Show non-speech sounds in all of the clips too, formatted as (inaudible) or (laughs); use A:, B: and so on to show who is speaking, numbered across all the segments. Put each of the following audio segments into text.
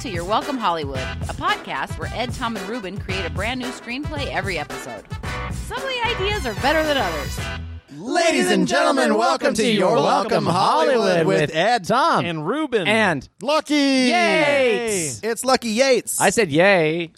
A: to Your Welcome Hollywood, a podcast where Ed, Tom, and Ruben create a brand new screenplay every episode. Some of the ideas are better than others.
B: Ladies and gentlemen, welcome to Your Welcome Hollywood with Ed, Tom,
C: (laughs) and Ruben
D: And
B: Lucky
D: Yates.
B: It's Lucky Yates.
D: I said yay.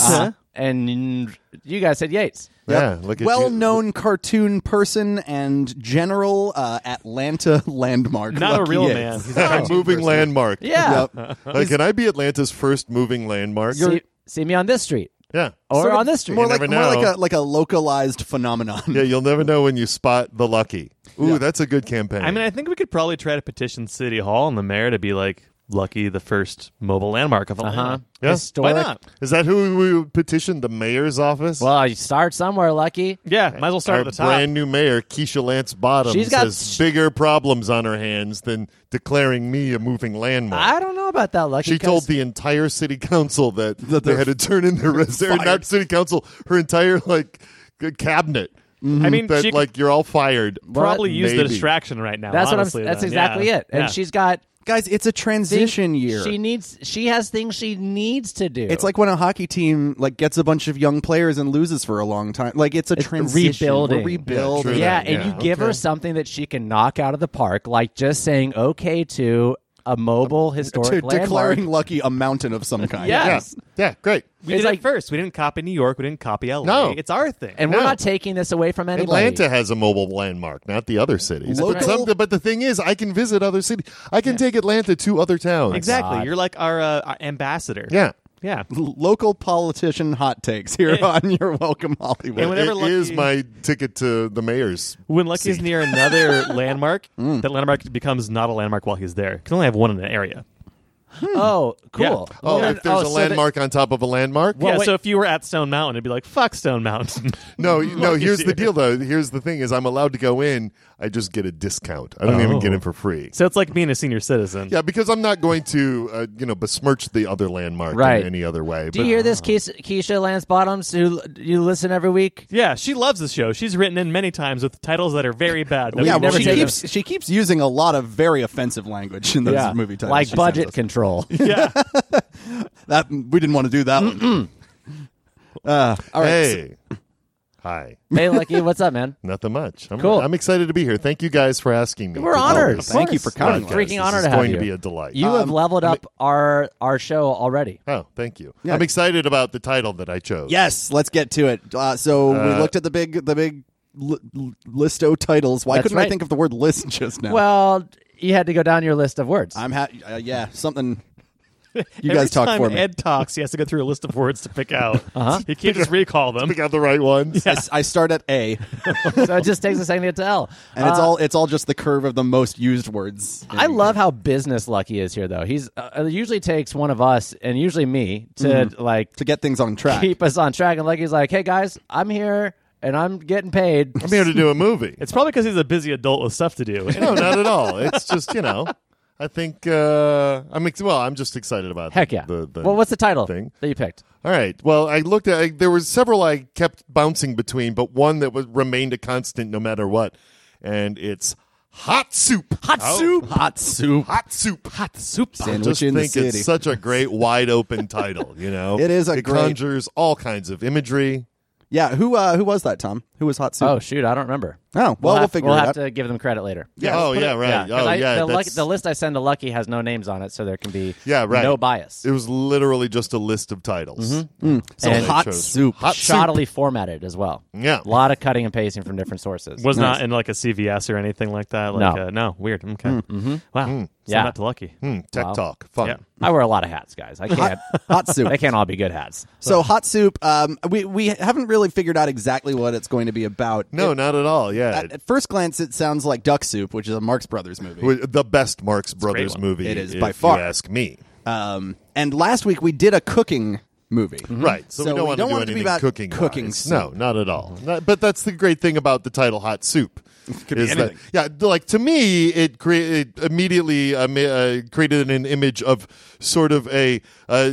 D: Uh, and you guys said Yates.
E: Yeah, look at you. (laughs)
B: well-known cartoon person and general uh, Atlanta (laughs) landmark.
C: not
B: Lucky
C: a real
B: Yates.
D: (laughs)
C: man. He's
E: A moving landmark.
D: Yeah.
B: Yep.
E: Like, can I be Atlanta's first moving landmark?
D: See, see me on this street
E: yeah.
D: or
B: Sort of
D: on this street.
B: More
E: You
B: like
E: never
B: more
E: know.
B: like a like a localized phenomenon.
E: (laughs) Yeah, you'll never know when you spot the lucky. Ooh, that's a good campaign.
C: I mean, I think we could probably try to petition City Hall and the mayor to be like Lucky, the first mobile landmark of Atlanta.
D: Uh-huh.
E: Yeah.
C: Why
D: Historic.
C: not?
E: is that who we would petition? The mayor's office?
D: Well, you start somewhere, Lucky.
C: Yeah, might as well start
E: Our
C: at the top.
E: brand new mayor, Keisha Lance Bottoms,
D: She's got
E: has
D: sh-
E: bigger problems on her hands than declaring me a moving landmark.
D: I don't know about that, Lucky.
E: She
D: 'cause-
E: told the entire city council that, they
B: they're
E: had to turn in their reserve, not city council, her entire like g- cabinet.
C: I
E: (laughs)
C: mean,
E: that
C: she could
E: like you're all fired.
C: probably use the
E: Maybe.
C: distraction right now.
D: That's
C: honestly,
D: what I'm. That's
C: then.
D: exactly
C: Yeah.
D: it. And
C: Yeah.
D: she's got
B: Guys, it's a
D: things-
B: transition year.
D: She needs. She has things she needs to do.
B: it's like when a hockey team like gets a bunch of young players and loses for a long time. Like it's a
D: It's
B: transition.
D: rebuilding.
B: We're rebuilding.
E: true
D: yeah,
E: that.
D: and
E: Yeah.
D: you give her
E: Okay.
D: something that she can knock out of the park, like just saying okay to a mobile
B: To
D: historic
B: (laughs)
D: landmark.
B: declaring Lucky a mountain of some kind.
D: Yeah.
E: Yeah,
D: Yes.
E: yeah, great.
C: We
D: It's
C: did
D: like-
C: it first. We didn't copy New York. We didn't copy LA.
E: No.
C: it's our thing.
D: And
E: No.
D: we're not taking this away from anybody.
E: Atlanta has a mobile landmark, not the other cities. But,
B: Local-
E: some, but the thing is, I can visit other cities. I can take Atlanta to other towns.
C: exactly, you're like our, uh, our ambassador.
E: Yeah.
C: yeah.
B: Local politician hot takes here on your Welcome Hollywood.
C: And whenever
E: It
C: Lucky-
E: is my ticket to the mayor's.
C: (laughs) When Lucky's near another (laughs) landmark, that landmark becomes not a landmark while he's there. Can only have one in an area.
D: Oh, cool.
C: Yeah.
E: Oh,
D: Yeah.
E: if there's
D: so
E: a
D: that-
E: landmark on top of a landmark,
C: yeah, so if you were at Stone Mountain, it'd be like fuck Stone Mountain. (laughs)
E: No, no. Here's
C: here.
E: the deal, though. Here's the thing: is I'm allowed to go in. I just get a discount. I don't even
C: Oh.
E: get in for free.
C: so it's like being a senior citizen.
E: Yeah, because I'm not going to, uh, you know, besmirch the other landmark
D: Right.
E: in any other way.
D: Do you hear this,
B: uh,
D: Keisha, Keisha Lance Bottoms, who l- you listen every week?
C: Yeah, she loves the show. She's written in many times with titles that are very bad. that
B: yeah,
C: we've
B: well,
D: never
B: she
D: taken-
B: keeps she keeps using a lot of very offensive language in those movie titles.
D: like
B: she sends
D: budget
B: us. (laughs)
D: control.
B: That we didn't want to do that. one. Uh, all right.
E: Hey, hi.
D: hey, Lucky, what's up, man?
E: Nothing much. I'm,
D: Cool.
E: I'm excited to be here. Thank you guys for asking me.
D: We're
E: to do
D: honored.
E: this
D: Of course.
B: Thank you for coming.
E: podcast.
D: Freaking honored
E: this
D: to
E: is
D: have
E: going
D: you.
E: to be a delight.
D: You
B: um,
D: have leveled up our our show already.
E: oh, thank you. I'm excited about the title that I chose.
B: Yes, let's get to it. Uh, so we looked at the big the big li- li- listo titles. Why
D: That's
B: couldn't I
D: right.
B: think of the word list (laughs) just now?
D: Well, you had to go down your list of words.
B: I'm happy. Uh, yeah, something. You
C: Every
B: guys talk
C: time
B: for me.
C: Ed talks, he has to go through a list of words to pick out. (laughs) Uh-huh. He can't just recall them.
E: Pick out the right ones.
B: I s- I start at A,
D: (laughs) so it just takes a second
B: (laughs)
D: to tell.
B: and it's all it's all just the curve of the most used words.
D: Uh, I love how business Lucky is here, though. He's uh, it usually takes one of us and usually me to
E: Mm-hmm.
D: like
B: to get things on track.
D: keep us on track. And Lucky's like, "Hey guys, I'm here and I'm getting paid."
E: I'm here to do a movie.
C: It's probably because he's a busy adult with stuff to do.
E: no, not at all. It's just you know. I think uh, I'm ex- well. I'm just excited about
D: Heck yeah!
E: The, the
D: well, what's the title
E: thing?
D: that you picked?
E: All right. Well, I looked at I, there were several I kept bouncing between, but one that was remained a constant no matter what, and it's hot soup. Oh, Hot
D: Oh.
B: soup, hot soup.
E: Hot soup. Hot soup.
B: Sandwich
E: just
B: in the
E: think
B: city.
E: it's such a great wide open title. You
B: (laughs)
E: know,
B: It is a
E: It
B: great-
E: conjures all kinds of imagery.
B: Yeah, who uh, who was that? Tom, who was hot soup?
D: Oh shoot, I don't remember.
B: Oh, well, we'll
D: have,
B: figure
D: we'll
B: it
D: have
B: out.
D: to give them credit later.
E: Yeah. Oh yeah. Right.
D: 'cause
E: oh
D: I-
E: yeah.
D: The, Luck-
E: that's-
D: the list I send to Lucky has no names on it, so there can be
E: yeah. Right.
D: no bias.
E: It was literally just a list of titles.
D: So
E: They
B: Mm-hmm. Mm. hot
E: chose
B: soup.
E: Hot soup.
D: shoddily formatted as well.
E: Yeah.
D: a lot of cutting and pasting from different sources.
C: Was not in like a CVS or anything like that. Like,
D: No.
C: uh, no, weird. Okay, mm-hmm. wow. Send
D: Yeah.
C: that to Lucky.
E: Hmm, tech
D: Wow.
E: talk. Fun.
C: Yeah.
D: I wear a lot of hats, guys.
E: (laughs)
D: I can't. (laughs)
B: hot soup.
D: they can't all be good hats.
B: So hot soup. Um, we we haven't really figured out exactly what it's going to be about.
E: No,
B: It-
E: not at all. Yeah.
B: at, at first glance, it sounds like Duck Soup, which is a Marx Brothers movie.
E: Wi- the best Marx Brothers
C: one.
E: movie.
B: It is
E: if
B: by far.
E: You ask me.
B: Um, and last week we did a cooking movie.
D: Mm-hmm.
E: Right, so,
B: So
E: we don't
B: we
E: want
B: don't
E: to do
B: want it to be
E: anything
B: about
E: cooking.
B: cooking
E: wise.
B: soup.
E: No, not at all. Not- but that's the great thing about the title "Hot Soup."
B: (laughs) Could be
E: is that,
B: anything.
E: yeah, d- like to me, it, crea- it immediately um, uh, created an image of sort of a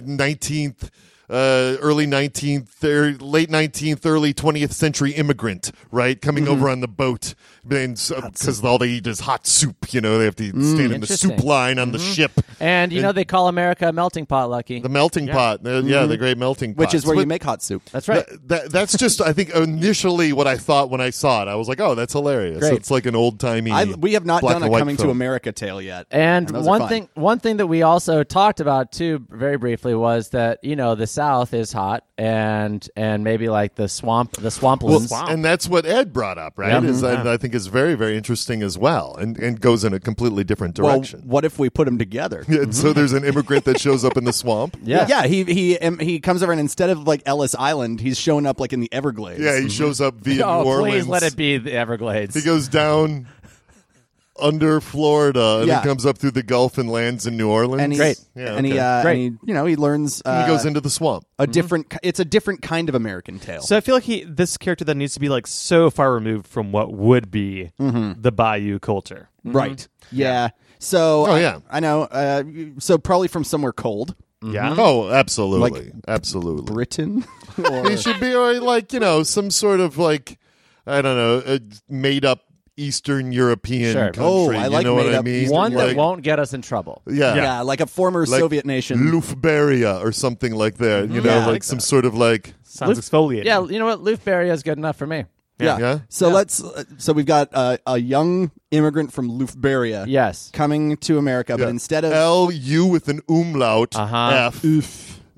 E: nineteenth. Uh, early
B: Mm-hmm.
E: 19th, er, late 19th, early 20th century immigrant, right? Coming over on the boat because all they eat is hot soup. You know, they have to
B: Mm.
E: stand in the soup
D: Interesting.
E: line on the
B: Mm-hmm.
E: ship.
D: And you know they call America a melting pot, Lucky.
E: The melting pot, Uh, yeah, the great melting
B: Mm-hmm.
E: pot,
B: which is where you make hot soup.
D: That's right.
E: That, that- that's just, I think, initially what I thought when I saw it. I was like, "Oh, that's hilarious!"
D: Great.
E: It's like an old timey.
B: I, we have not done a coming to
E: film.
B: America tale yet.
D: And,
B: those are
D: one
B: fun.
D: thing, one thing that we also talked about too, very briefly, was that you know the South is hot, and and maybe like the swamp, the swamplands.
E: (laughs) And that's what Ed brought up, right?
D: Yeah.
E: Is
B: Mm-hmm.
E: that I think is very, very interesting as well, and, and goes in a completely different
B: Well, Mm-hmm.
E: direction.
B: what if we put them
E: (laughs)
B: together?
E: And so there's an immigrant that shows up in
B: (laughs)
E: the swamp.
D: Yeah.
B: yeah. He he um, he comes over and instead of like Ellis Island, he's showing up like in the Everglades.
E: Yeah, he shows up via
D: oh,
E: New Orleans.
D: please let it be the Everglades.
E: He goes down under Florida and
B: Yeah.
E: then comes up through the Gulf and lands in New Orleans.
B: and he's,
D: Great.
E: Yeah,
B: and he
E: okay.
B: uh,
D: Great.
B: And he, you know he learns uh,
E: he goes mm-hmm. into the swamp.
B: a different. ki- It's a different kind of American tale.
C: So I feel like he this character that needs to be like so far removed from what would be
B: Mm-hmm.
C: the Bayou culture.
B: Right. Yeah. So
E: Mm-hmm. Oh,
B: I-
E: yeah.
B: I, know. Uh, so probably from somewhere cold,
C: Yeah.
E: Oh, absolutely, absolutely.
B: Britain. (laughs) or-
E: He should be or like you know some sort of like I don't know a made up Eastern European
D: Sure.
E: country.
B: Oh, I like
E: you know what I
B: made-up
E: mean?
B: Eastern
D: one that
E: Like-
D: won't get us in trouble.
E: Yeah.
B: yeah. like a former
E: Like
B: Soviet nation.
E: Lufberia or something like that. You know,
B: Yeah, I
E: like,
B: like
E: some sort of like
C: Sounds exfoliating.
D: Yeah, you know what? Loof Barrier is good enough for me.
B: yeah.
E: Yeah.
B: So let's. Uh, so we've got uh, a young immigrant from Lufberia.
D: Yes.
B: Coming to America, but instead of
E: L U with an umlaut
D: Uh-huh.
E: F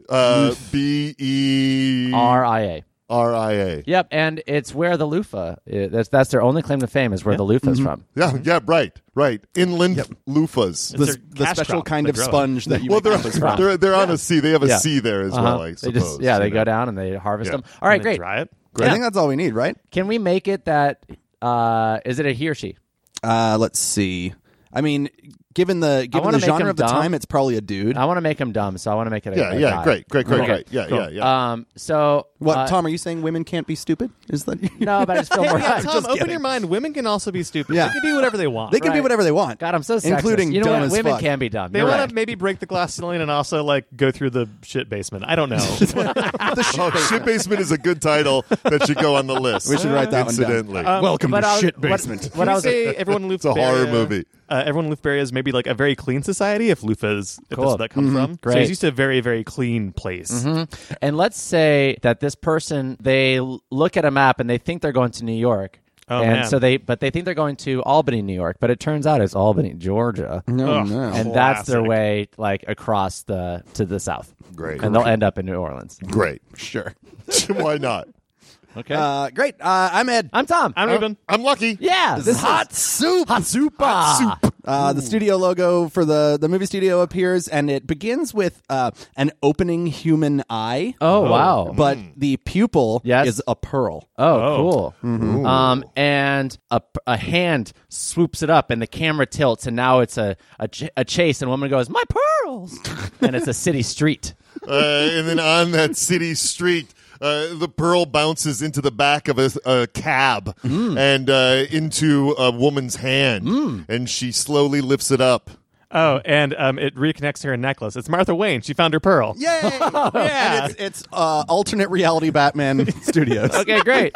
E: uh, B E
D: R I A.
E: R I A.
D: Yep, and it's where the loofah. i- That's that's their only claim to fame is where the loofah's from.
E: Yeah, yeah, right, right. Inland loofahs.
B: the,
C: their
B: the
C: cash
B: special
C: crop
B: kind
C: they
B: of
C: grow.
B: sponge
E: (laughs)
B: that you
E: Well,
B: make
E: they're
B: compass from.
E: they're, they're on a sea. They have a
D: Yeah.
E: sea there as well,
D: Uh-huh.
E: I
D: They
E: suppose.
D: just yeah, they
E: you
D: go
E: know.
D: down and they harvest
E: Yeah.
D: them. All right,
C: And they
D: great.
C: Dry it.
B: I think that's all we need, right?
D: Can we make it that? Uh, is it a he or she?
B: Uh, let's see. I mean, given the given
D: wanna
B: the
D: make him
B: genre of the
D: dumb. Uh,
B: time, it's probably a dude.
D: I want to make him dumb, so I want to make it. A,
E: Yeah,
D: a
E: yeah,
D: guy.
E: great, great, great,
D: Okay.
E: great. Yeah, yeah, yeah.
D: Um, so
B: What,
D: uh,
B: Tom? Are you saying women can't be stupid? Is that
D: (laughs) No, but I just feel more.
C: (laughs) Yeah, Tom,
B: Just
C: open
B: kidding.
C: your mind. Women can also be stupid.
B: Yeah.
C: They can be whatever they
B: (laughs)
C: want.
B: They can be
D: Right.
B: whatever they want.
D: God, I'm so sexist.
B: including
D: you know
B: dumb
D: what?
B: as
D: Women
B: fuck.
D: can be dumb.
C: They
D: You're
C: want
D: right.
C: to maybe break the glass ceiling and also like go through the shit basement. I don't
B: (laughs)
C: know.
B: the shit
E: Oh, shit basement is a good title that should go on the list.
B: We should write that one down.
E: Incidentally,
B: Welcome
D: but
B: to
D: I was-
B: shit
D: what-
B: basement.
D: What I
C: I
D: was
C: say everyone in
E: It's a horror movie.
C: Uh, everyone in Luftberry is maybe like a very clean society if Lufa is if
D: Cool.
C: that's where that comes from. So
D: Great.
C: he's used to a very very clean place.
D: And let's say that this person they l- look at a map and they think they're going to New York.
C: Oh,
D: and
C: man.
D: so they but they think they're going to Albany, New York, but it turns out it's Albany, Georgia.
B: Oh,
D: And
C: Ugh, classic.
D: that's their way like across the to the south.
E: Great.
D: And they'll end up in New Orleans.
E: Great. (laughs)
B: Sure.
E: Why not?
D: Okay.
B: Uh, great. Uh, I'm Ed.
D: I'm Tom.
C: I'm Ruben.
E: I'm lucky.
D: yeah. This, is
B: hot soup.
D: Hot soup. Ah. Hot soup.
B: Uh, the studio logo for the the movie studio appears, and it begins with uh, an opening human eye.
D: Oh, wow.
B: But the pupil
D: Yes.
B: is a pearl.
D: Oh,
C: Oh.
D: cool. Um, and a, a hand swoops it up, and the camera tilts, and now it's a, a, ch- a chase, and a woman goes, My pearls! and it's a city street.
E: uh, and then on that city street, uh, the pearl bounces into the back of a, a cab
B: Mm.
E: and uh, into a woman's hand, and she slowly lifts it up.
C: Oh, and um, it reconnects her necklace. It's Martha Wayne. She found her pearl.
B: Yay! yeah. And it's it's uh, alternate reality (laughs) Batman Studios.
D: Okay, great.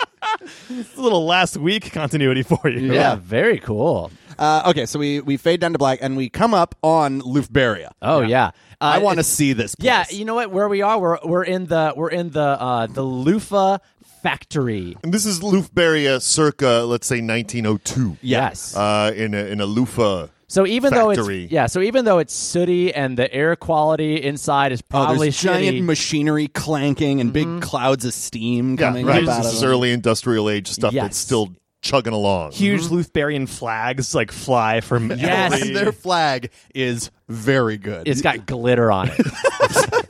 C: It's a little last week continuity for
D: (laughs)
C: you.
D: yeah, very cool.
B: Uh, okay, so we, we fade down to black and we come up on Lufberia.
D: Oh, yeah. Uh,
B: I want to
D: it's-
B: see this. Place.
D: Yeah, you know what? Where we are, we're, we're in the we're in the uh, the loofah factory.
E: And this is Lufberia circa, let's say, 1902.
D: Yes.
E: Uh, in a, in a loofah.
D: so even though
E: factory.
D: it's yeah, so even though it's sooty and the air quality inside is
B: Oh,
D: probably
B: there's giant
D: shitty,
B: machinery clanking and big clouds of steam coming
E: right.
B: up out
E: This
B: of
E: is
B: them.
E: early industrial age stuff
D: Yes.
E: that's still chugging along.
C: Huge Luthbarian flags like fly from
D: Yes.
C: every-
B: And their flag is very good.
D: it's got glitter on it.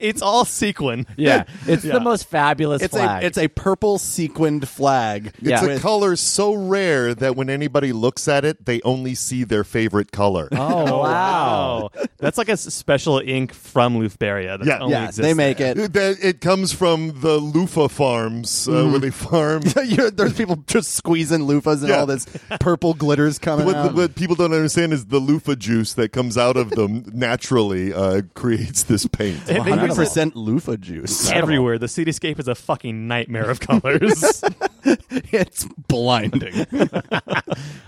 C: It's all sequin.
D: Yeah, (laughs) it's the most fabulous
B: it's
D: flag.
B: a it's a purple sequined flag.
E: It's
D: Yeah.
E: a color so rare that when anybody looks at it, they only see their favorite color.
D: oh wow.
C: That's like a s- special ink from Luthberia. That
E: Yeah.
C: only
B: yeah,
C: exists
B: they make
C: there.
B: it. (laughs)
E: (laughs) That it comes from the loofah farms uh,
D: Mm.
E: where
D: (laughs)
E: they farm.
B: You're- there's people just squeezing loofahs and
E: Yeah.
B: all this purple glitters coming
E: What,
B: out.
E: what people don't understand is the loofah juice that comes out of them naturally uh, creates this paint.
C: They, they
B: hundred percent loofah juice.
C: everywhere. The cityscape is a fucking nightmare of colors.
B: (laughs) it's blinding.
D: Uh,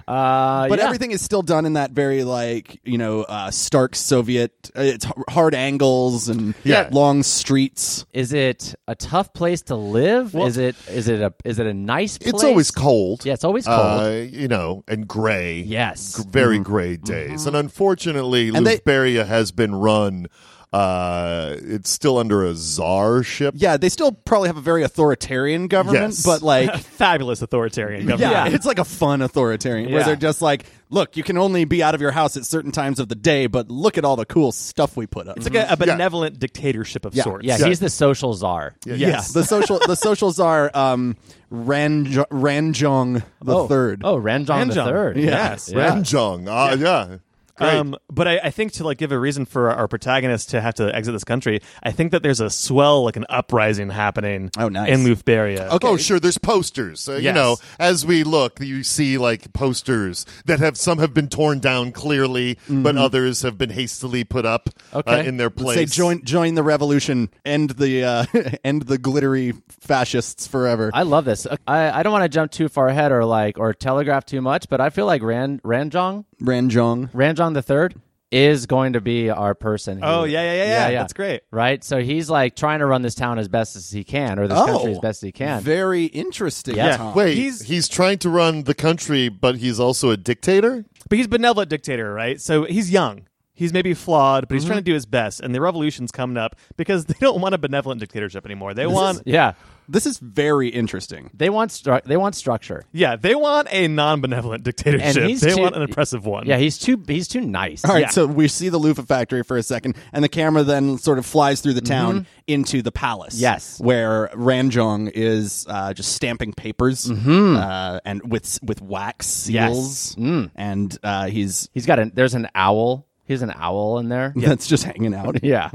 B: but
D: yeah.
B: everything is still done in that very like you know uh, stark Soviet. Uh, it's h- hard angles and
E: Yeah.
B: long streets.
D: Is it a tough place to live? is it is it a is it a nice place?
E: It's always cold.
D: Yeah, it's always cold. Mm-hmm.
E: Uh, you know, and gray.
D: Yes.
E: G- very gray days. And unfortunately,
B: And they-
E: Lusberia has been run. Uh, it's still under a czarship.
B: Yeah, they still probably have a very authoritarian government,
E: Yes.
B: but like.
C: (laughs) Fabulous authoritarian government.
B: Yeah, it's like a fun authoritarian where
D: Yeah.
B: they're just like, look, you can only be out of your house at certain times of the day, but look at all the cool stuff we put up.
C: It's like a, a benevolent dictatorship of
B: Yeah.
C: sorts.
D: yeah,
E: Yeah.
D: he's the social czar.
E: Yes.
B: Yeah, the social the socials are um Ranj- Ranjong the
D: oh.
B: third.
D: Oh, Ranjong the
C: Ranjong.
D: third.
C: Yes.
D: Yeah.
E: Ranjung. Ah, yeah. Great.
C: Um, but I, I think to like give a reason for our protagonist to have to exit this country, I think that there's a swell, like an uprising happening.
B: Oh, nice.
C: in Lufberia.
B: Okay.
E: Oh, sure. There's posters. Uh, You
C: Yes.
E: know, as we look, you see like posters that have some have been torn down clearly, but others have been hastily put up uh,
D: Okay.
E: in their
B: Let's
E: place.
B: Say join join the revolution, end the uh, (laughs) end the glittery fascists forever.
D: I love this. Uh, I, I don't want to jump too far ahead or like or telegraph too much, but I feel like Ran Ranjong
B: Ranjong.
D: Ranjong the third is going to be our person. who-
C: Oh, yeah, yeah, yeah, yeah. That's great.
D: Right? So he's like trying to run this town as best as he can, or this country as best as he can.
B: Very interesting.
D: Yeah.
B: Tom.
E: Wait, he's,
C: He's-
E: trying to run the country, but he's also a dictator?
C: But he's benevolent dictator, right? So he's young. He's maybe flawed, but he's
B: Mm-hmm.
C: trying to do his best. And the revolution's coming up because they don't want a benevolent dictatorship anymore. They want,
D: yeah,
B: This is very interesting.
D: they want stru- they want structure.
C: yeah, they want a non-benevolent dictatorship.
D: he's
C: They
D: too-
C: want an oppressive one.
D: Yeah, he's too he's too nice.
B: All right,
C: Yeah.
B: so we see the loofah factory for a second, and the camera then sort of flies through the town into the palace.
D: Yes.
B: where Ranjong is uh, just stamping papers uh, and with with wax
D: Yes.
B: seals, and uh, he's
D: He's got an there's an owl. He's an owl in there.
B: (laughs) that's just hanging out.
D: Yeah.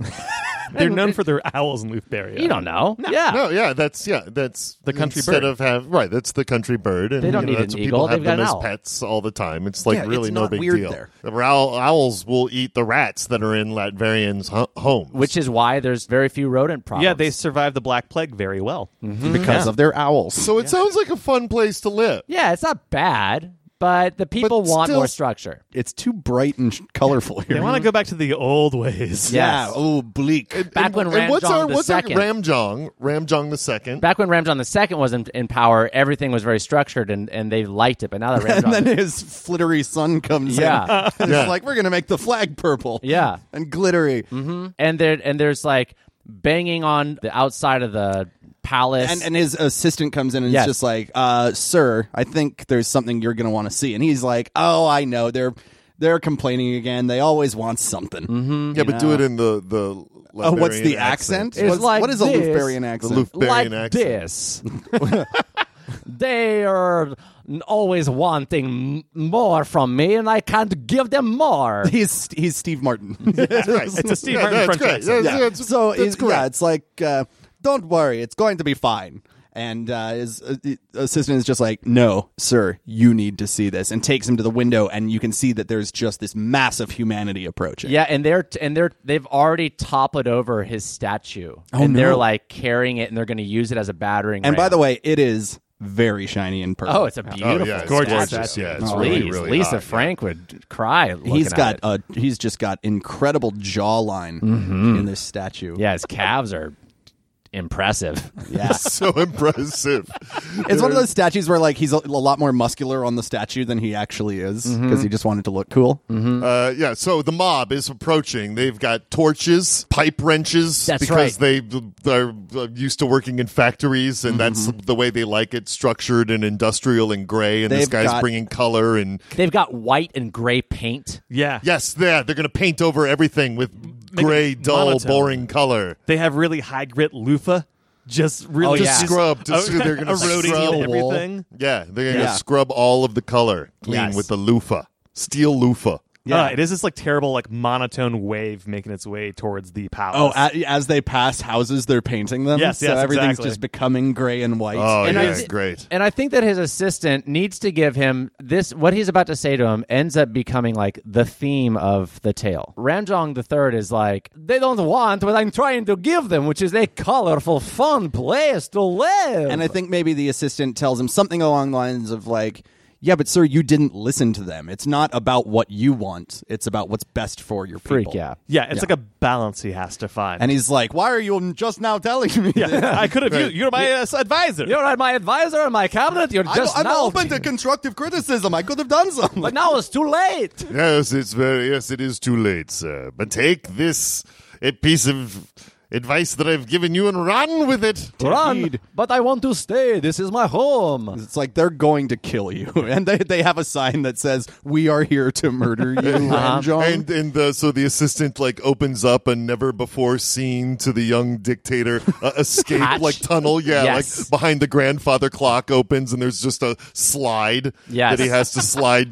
C: they're known for their owls in Lufberia.
D: you don't know. Yeah.
E: No, yeah, that's yeah, that's the
C: country
E: instead
C: bird.
E: of have right. That's the country bird, and
D: They don't
E: you know,
D: need an
E: that's what
D: eagle,
E: people have
D: they've got
E: them
D: an
E: as
D: owl.
E: pets all the time. It's like
B: Yeah,
E: really
B: it's
E: no
B: not
E: big
B: weird
E: deal.
B: there.
E: The owl, owls will eat the rats that are in Latvians' ho- homes,
D: Which is why there's very few rodent problems.
C: Yeah, they survived the Black Plague very well.
B: because of their owls.
E: so it sounds like a fun place to live.
D: Yeah, it's not bad, but the people want
E: still-
D: more structure.
B: It's too bright and sh- colorful here.
C: They want to go back to the old ways.
D: Yes.
B: Yeah. Oh, bleak.
D: Back
E: And-
D: when
E: and what's
D: Ramjong
E: our
D: the
E: what's our
D: second-
E: Ramjong Ramjong the second?
D: Back when Ramjon II was in, in power, everything was very structured and, and they liked it. But now
B: (laughs)
D: that
B: and then
D: Ramjon,
B: his flittery son comes
D: Yeah.
B: in. And
E: Yeah.
B: (laughs) It's like we're gonna make the flag purple.
D: (laughs) Yeah. Mm-hmm.
B: and glittery.
D: and there and there's like banging on the outside of the palace.
B: And and his assistant comes in and
D: Yes.
B: is just like, uh, "Sir, I think there's something you're gonna want to see." And he's like, "Oh, I know. They're they're complaining again. They always want something." Mm-hmm.
E: Yeah, but do it in the the.
B: Oh, what's
E: Latvian
B: the accent?
D: It's
B: What's-
D: like
B: what is a
D: this.
B: Lufbarian
E: The
B: accent?
E: Lufbarian
D: like
E: accent.
D: this. (laughs) they are n- always wanting m- more from me, and I can't give them
B: (laughs)
D: more.
B: he's he's Steve
D: (laughs)
B: Martin. (laughs)
E: That's right.
C: It's a Steve
E: yeah,
C: Martin
E: that's
C: French
E: great.
C: accent.
E: Yeah,
B: yeah.
E: that's-
B: so
E: that's
B: it's, yeah, it's like, uh, don't worry, it's going to be fine. And uh, his uh, the assistant is just like, no, sir, you need to see this, and takes him to the window, and you can see that there's just this massive humanity approaching.
D: Yeah, and they're and they're they've already toppled over his statue,
B: Oh,
D: and they're
B: no.
D: like carrying it, and they're going to use it as a battering.
B: And by
D: ram.
B: the way, it is very shiny and purple.
D: (laughs) oh, it's a beautiful,
E: yeah, it's
D: gorgeous,
E: gorgeous. Yeah, it's
D: Please,
E: really, really
D: Lisa
E: hot, yeah.
D: Frank would cry. Looking
B: he's got
D: At it. Mm-hmm.
B: uh, he's just got incredible jawline in this statue.
D: Yeah, his calves are
B: (laughs)
D: impressive. (laughs)
B: Yeah.
E: (laughs) so impressive.
B: It's one of those statues where like he's a, a lot more muscular on the statue than he actually is because
D: Mm-hmm.
B: he just wanted to look cool.
E: Uh, yeah, so the mob is approaching. They've got torches, pipe wrenches,
D: That's
E: because
D: right.
E: they they're uh, used to working in factories, and
D: Mm-hmm.
E: that's the way they like it structured and industrial and gray. And this
B: They've
E: guy's
B: got-
E: bringing color and
D: They've got white and gray paint.
C: (laughs) Yeah.
E: yes, yeah, they're going to paint over everything with
C: it
E: gray, dull,
C: monotone.
E: boring color.
C: They have really high grit loofah. Just really
D: Just
C: just
E: scrubbed.
C: (laughs)
E: Just-
C: er-
E: they're gonna
C: eroding
E: scrub
C: everything.
E: Yeah, they're going to
B: Yeah.
E: scrub all of the color clean
D: Yes.
E: with the loofah, steel loofah.
B: Yeah.
C: Uh, it is this like terrible like monotone wave making its way towards the palace.
B: Oh, a- as they pass houses, they're painting them.
C: Yes,
B: so
C: yes,
B: everything's
C: exactly.
B: just becoming gray and white.
E: Oh,
D: And I
E: yeah,
D: thi-
E: great.
D: And I think that his assistant needs to give him this. What he's about to say to him ends up becoming like the theme of the tale. Ramjong the Third is like, they don't want what I'm trying to give them, which is a colorful, fun place to live.
B: And I think maybe the assistant tells him something along the lines of like, "Yeah, but sir, you didn't listen to them. It's not about what you want. It's about what's best for your
D: freak,
B: people."
D: yeah.
C: yeah, it's like a balance he has to find.
B: And he's like, "Why are you just now telling me?" this?
C: (laughs) I could have. You, are my uh, advisor.
D: You're not my advisor and my cabinet. You're
B: I
D: just
B: am
D: now.
B: open to constructive criticism. I could have done something.
D: but now it's
B: (laughs)
D: too late.
E: Yes, it's very yes, it is too late, sir. But take this a piece of advice that I've given you and run with it.
D: Run.
B: Indeed.
D: But I want to stay. This is my home.
B: It's like they're going to kill you, (laughs) and they they have a sign that says, "We are here to murder you, John."
E: And and uh, so the assistant like opens up a never before seen to the young dictator
D: (laughs)
E: uh, escape
D: Hatch.
E: like tunnel. Yeah,
D: Yes.
E: like behind the grandfather clock opens and there's just a slide
D: Yes. Mm-hmm.
E: that he has to slide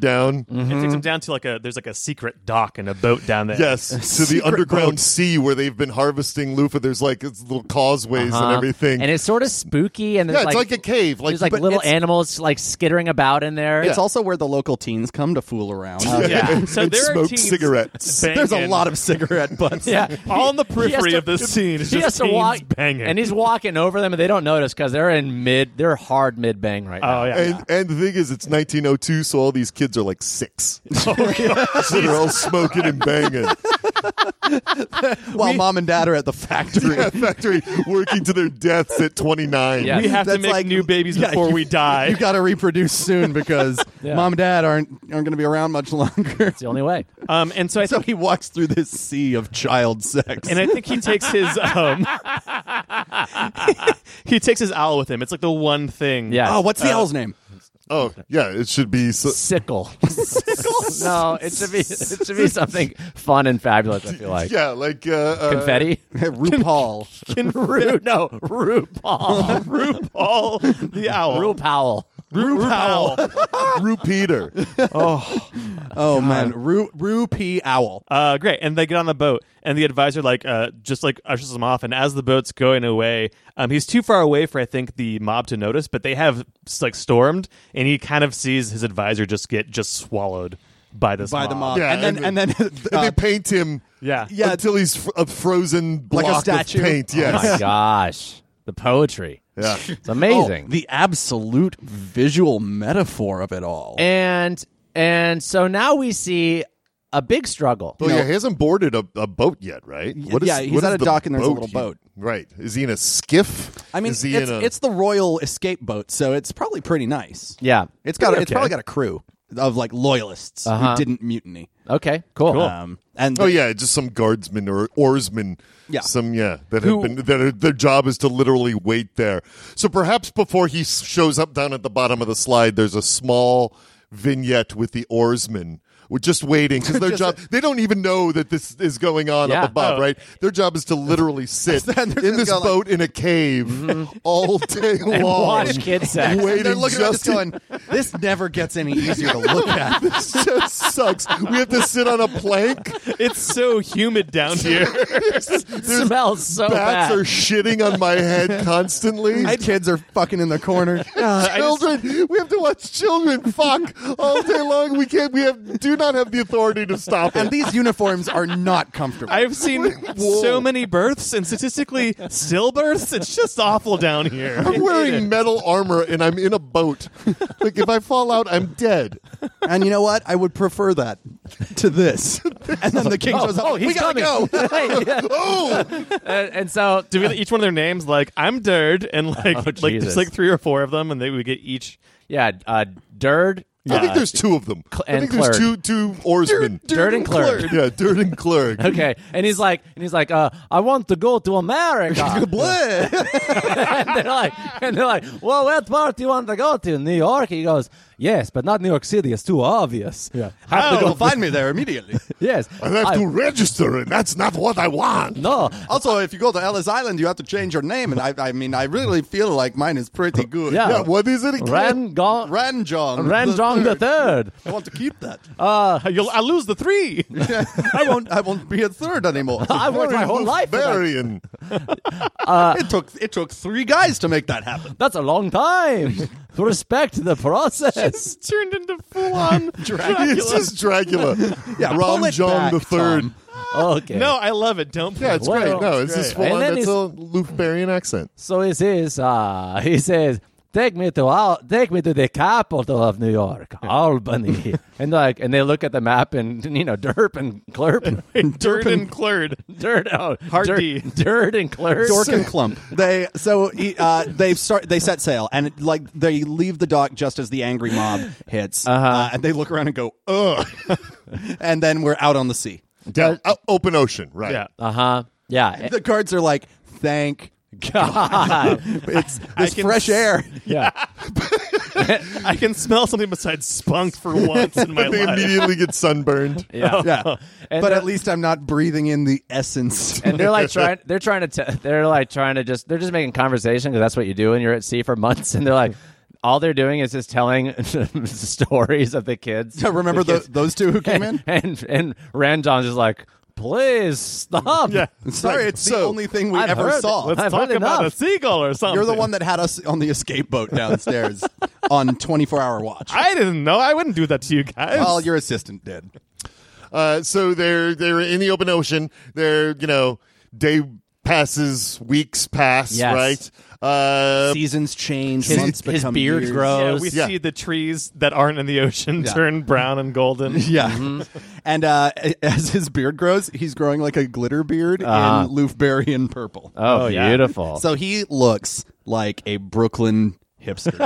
D: (laughs)
E: down.
C: It takes him down to like a there's like a secret dock and a boat down there.
E: Yes, to the underground sea where they've been harvesting Lufa. There's like it's little causeways and
D: Uh-huh.
E: everything.
D: And it's sort of spooky. And
E: yeah,
D: there's
E: it's like, a cave. Like,
D: there's like
E: but-
D: little
B: it's-
D: animals like skittering about in there.
B: It's also where the local teens come to fool around.
C: (laughs) Yeah. So
E: and
C: there are
E: smoke
C: teens
E: cigarettes.
C: banging
B: There's a lot of cigarette butts.
D: (laughs) yeah.
C: on the
D: He has
C: periphery
D: to-
C: of this scene. It's
D: he
C: just
D: has to
C: teens
D: walk
C: banging.
D: and he's walking over them, and they don't notice because they're in mid, they're hard mid bang right now.
C: oh yeah.
E: And, and the thing is, it's 1902, so all these kids are
D: (laughs)
E: like six.
D: Oh,
E: (laughs) so they're all smoking and banging.
B: While mom and dad are at the factory.
E: Yeah, factory working to their deaths at 29.
D: Yeah.
C: we have to
B: That's
C: make
B: like-
C: new babies
B: yeah, (laughs)
C: before
B: you-
C: we die.
B: You got to reproduce soon because
D: Yeah.
B: mom and dad aren't aren't going to be around much longer. (laughs)
D: It's the only way.
C: um, and so I
B: So
C: think,
B: he walks through this sea of child sex.
C: and I think he
B: (laughs)
C: takes his um, (laughs) he takes his owl with him. It's like the one thing.
D: Yeah.
B: oh, what's the owl's name? (laughs)
E: Oh, yeah, it should be. So,
D: Sickle. no, it should be it should be something fun and fabulous. I feel like
E: yeah, like. Uh, uh, (laughs)
D: confetti.
B: RuPaul.
D: Ru, (laughs) no, RuPaul.
C: RuPaul the owl.
D: Ru Powell.
B: (laughs)
C: RuPaul.
E: Rue
D: (laughs)
E: Peter.
B: Oh man, Ru Ru P Owl.
C: Uh, great. And they get on the boat, and the advisor like uh, just like ushers them off. And as the boat's going away, um, he's too far away for I think the mob to notice, but they have s- like stormed, and he kind of sees his advisor just get just swallowed by this
B: by the mob.
E: Yeah,
B: and then and,
E: and-
B: (laughs) then
E: and they
B: uh,
E: paint him
C: Yeah.
B: Yeah.
E: until he's f- a frozen block
B: Like a statue?
E: of paint.
D: Oh
E: Yes.
D: my gosh, the poetry.
E: yeah.
D: It's amazing.
B: Oh, the absolute visual metaphor of it all.
D: and and so now we see a big struggle.
E: Well, yeah, he hasn't boarded a, a boat yet, right? What is,
B: yeah, he's
E: what
B: at
E: is
B: a
E: the
B: dock and there's a
E: boat
B: little
E: he-
B: boat.
E: right. Is he in a skiff?
B: I mean,
E: is he
B: it's,
E: in a,
B: it's the royal escape boat, so it's probably pretty nice.
D: Yeah.
B: It's got it's
C: okay.
B: probably got a crew of like loyalists
D: Uh-huh.
B: who didn't mutiny.
D: Okay. Cool.
B: Um, and
E: Oh yeah, just some guardsman or oarsman.
B: Yeah.
E: some yeah that
B: Who-
E: have been that are, their job is to literally wait there. So perhaps before he s- shows up down at the bottom of the slide, there's a small vignette with the oarsman. We're just
B: (laughs)
E: waiting because their job, they don't even know that this is going on
D: Yeah.
E: up above,
C: Oh.
E: right? Their job is
B: (laughs)
E: to literally sit
B: They're
E: in
B: just
E: this
B: gonna, like-
E: boat in a cave
B: Mm-hmm. (laughs)
E: all day
D: And
E: long.
D: watch kid sex.
E: (laughs) Wait.
B: they're
E: waiting
B: looking at this
E: just- (laughs)
B: going, (laughs) this never gets any easier to look at.
E: this just sucks. We have to sit on a plank.
D: Oh,
C: It's so humid down here.
D: It (laughs) smells so
E: Bats
D: bad.
E: are shitting on my head
D: (laughs)
E: constantly.
B: These kids are fucking in the (laughs) corner.
E: children, we have to watch children fuck all day long. We can't. We have do not have the authority to stop
B: and
E: it.
B: these uniforms are not comfortable.
C: I've seen so many births and statistically stillbirths. It's just awful down here.
E: I'm wearing metal armor and I'm in a boat. Like if I fall out, I'm dead.
B: and you know what? I would prefer that to this. (laughs) And then the king shows up.
D: oh, he's
B: we gotta
D: coming.
C: (laughs)
B: go.
E: Oh!
D: and, Uh, and so
C: Do we get (laughs) each one of their names like I'm Dird and like like
D: Jesus.
C: there's like three or four of them and they would get each
D: yeah, uh, Dird.
E: I think there's two of them. I
D: and
E: think there's two
D: Clerg.
E: two oarsmen.
D: Dirt and Clerg.
E: Yeah, Dirt and
D: (laughs)
E: Clerg.
D: Okay, and he's like, and he's like, uh, I want to go
B: (laughs)
D: to America. (laughs)
B: Bleh.
D: and they're like, and they're like, well, what part do you want to go to? New York? He goes, Yes, but not New York City. It's too obvious. Yeah. Have to
B: They'll
D: go
B: Oh, find (laughs) me there immediately.
D: Yes.
E: I have
D: I-
E: to register, and that's not what I want.
D: No.
B: Also, if you go to Ellis Island, you have to change your name. And I, I mean, I really feel like mine is pretty good.
D: Yeah.
E: Yeah, what is it again?
D: Rangon.
B: Ranjong.
D: Ranjong the third.
B: I want to keep that.
C: uh, You'll, I lose the three.
B: I won't. (laughs) I won't be a third anymore.
D: (laughs) I worked my whole life. for that.
E: Bavarian.
B: it took it took three guys to make that happen.
D: That's a long
C: (laughs)
D: time. Respect the process.
C: it's turned into full on
E: This
C: Dracula.
E: is
D: (laughs)
E: Dracula.
B: Yeah, pull
E: Ram
B: it
E: John
B: back,
E: the Third.
B: Tom.
D: Okay.
C: (laughs) No, I love it. Don't
E: Yeah, (laughs) it's
D: Well,
E: great. No,
D: it's
E: it's just
D: great.
E: full on.
D: And then
E: That's
D: it's-
E: a Luke-Barian accent.
D: So he says, uh, he says, take me to Al- take me to the capital of New York,
C: (laughs)
D: Albany, and like, and they look at the map and you know, derp and
C: (laughs)
D: clerp,
C: dirt and clerd.
D: dirt, oh,
C: Hard
D: dirt,
C: D.
D: dirt and clerp.
B: Dork and Clump. They so he, uh, they start they set sail and it, like they leave the dock just as the angry mob hits, uh and they look around and go ugh, (laughs) and then we're out on the sea.
E: Yeah, o- Oh, open ocean, right?
C: Yeah.
D: Uh huh. Yeah.
C: (laughs)
B: The guards are like, thank.
D: God.
B: (laughs) It's
C: I
B: this
C: can
B: fresh (laughs)
C: s-
B: air.
D: yeah.
C: I can smell something besides spunk for once in my
E: They
C: life.
E: immediately get sunburned.
D: (laughs) Yeah.
B: Yeah,
D: And
B: but
D: the-
B: at least I'm not breathing in the essence.
D: and they're like trying they're trying to t- they're like trying to just they're just making conversation because that's what you do when you're at sea for months and they're like all they're doing is just telling (laughs) stories of the kids
B: (laughs) Remember tho- those two who came in?
D: and and, and Ranjon's just like please stop (laughs)
C: (laughs) Yeah.
B: Sorry, (laughs) it's the
E: so,
B: only thing we
D: I've
B: ever
D: heard-
B: saw.
D: I've
C: Let's talk
D: heard
C: about a
D: enough.
C: seagull or something.
B: You're the one that had us on the escape boat downstairs (laughs) on 24 hour watch.
C: I didn't know. I wouldn't do that to you guys.
B: Well, your assistant did.
E: Uh, so they're they're in the open ocean. They're you know day passes, weeks pass,
D: Yes.
E: right? Uh,
B: Seasons change.
D: His- his beard grows.
C: (laughs) yeah, we
E: Yeah.
C: see the trees that aren't in the ocean
B: Yeah.
C: turn brown and golden.
B: Yeah, (laughs) and uh, as his beard grows, he's growing like a glitter beard
D: Ah.
B: in Loofberrian purple.
D: oh,
C: Oh, yeah.
D: beautiful
B: So he looks like a Brooklyn hipster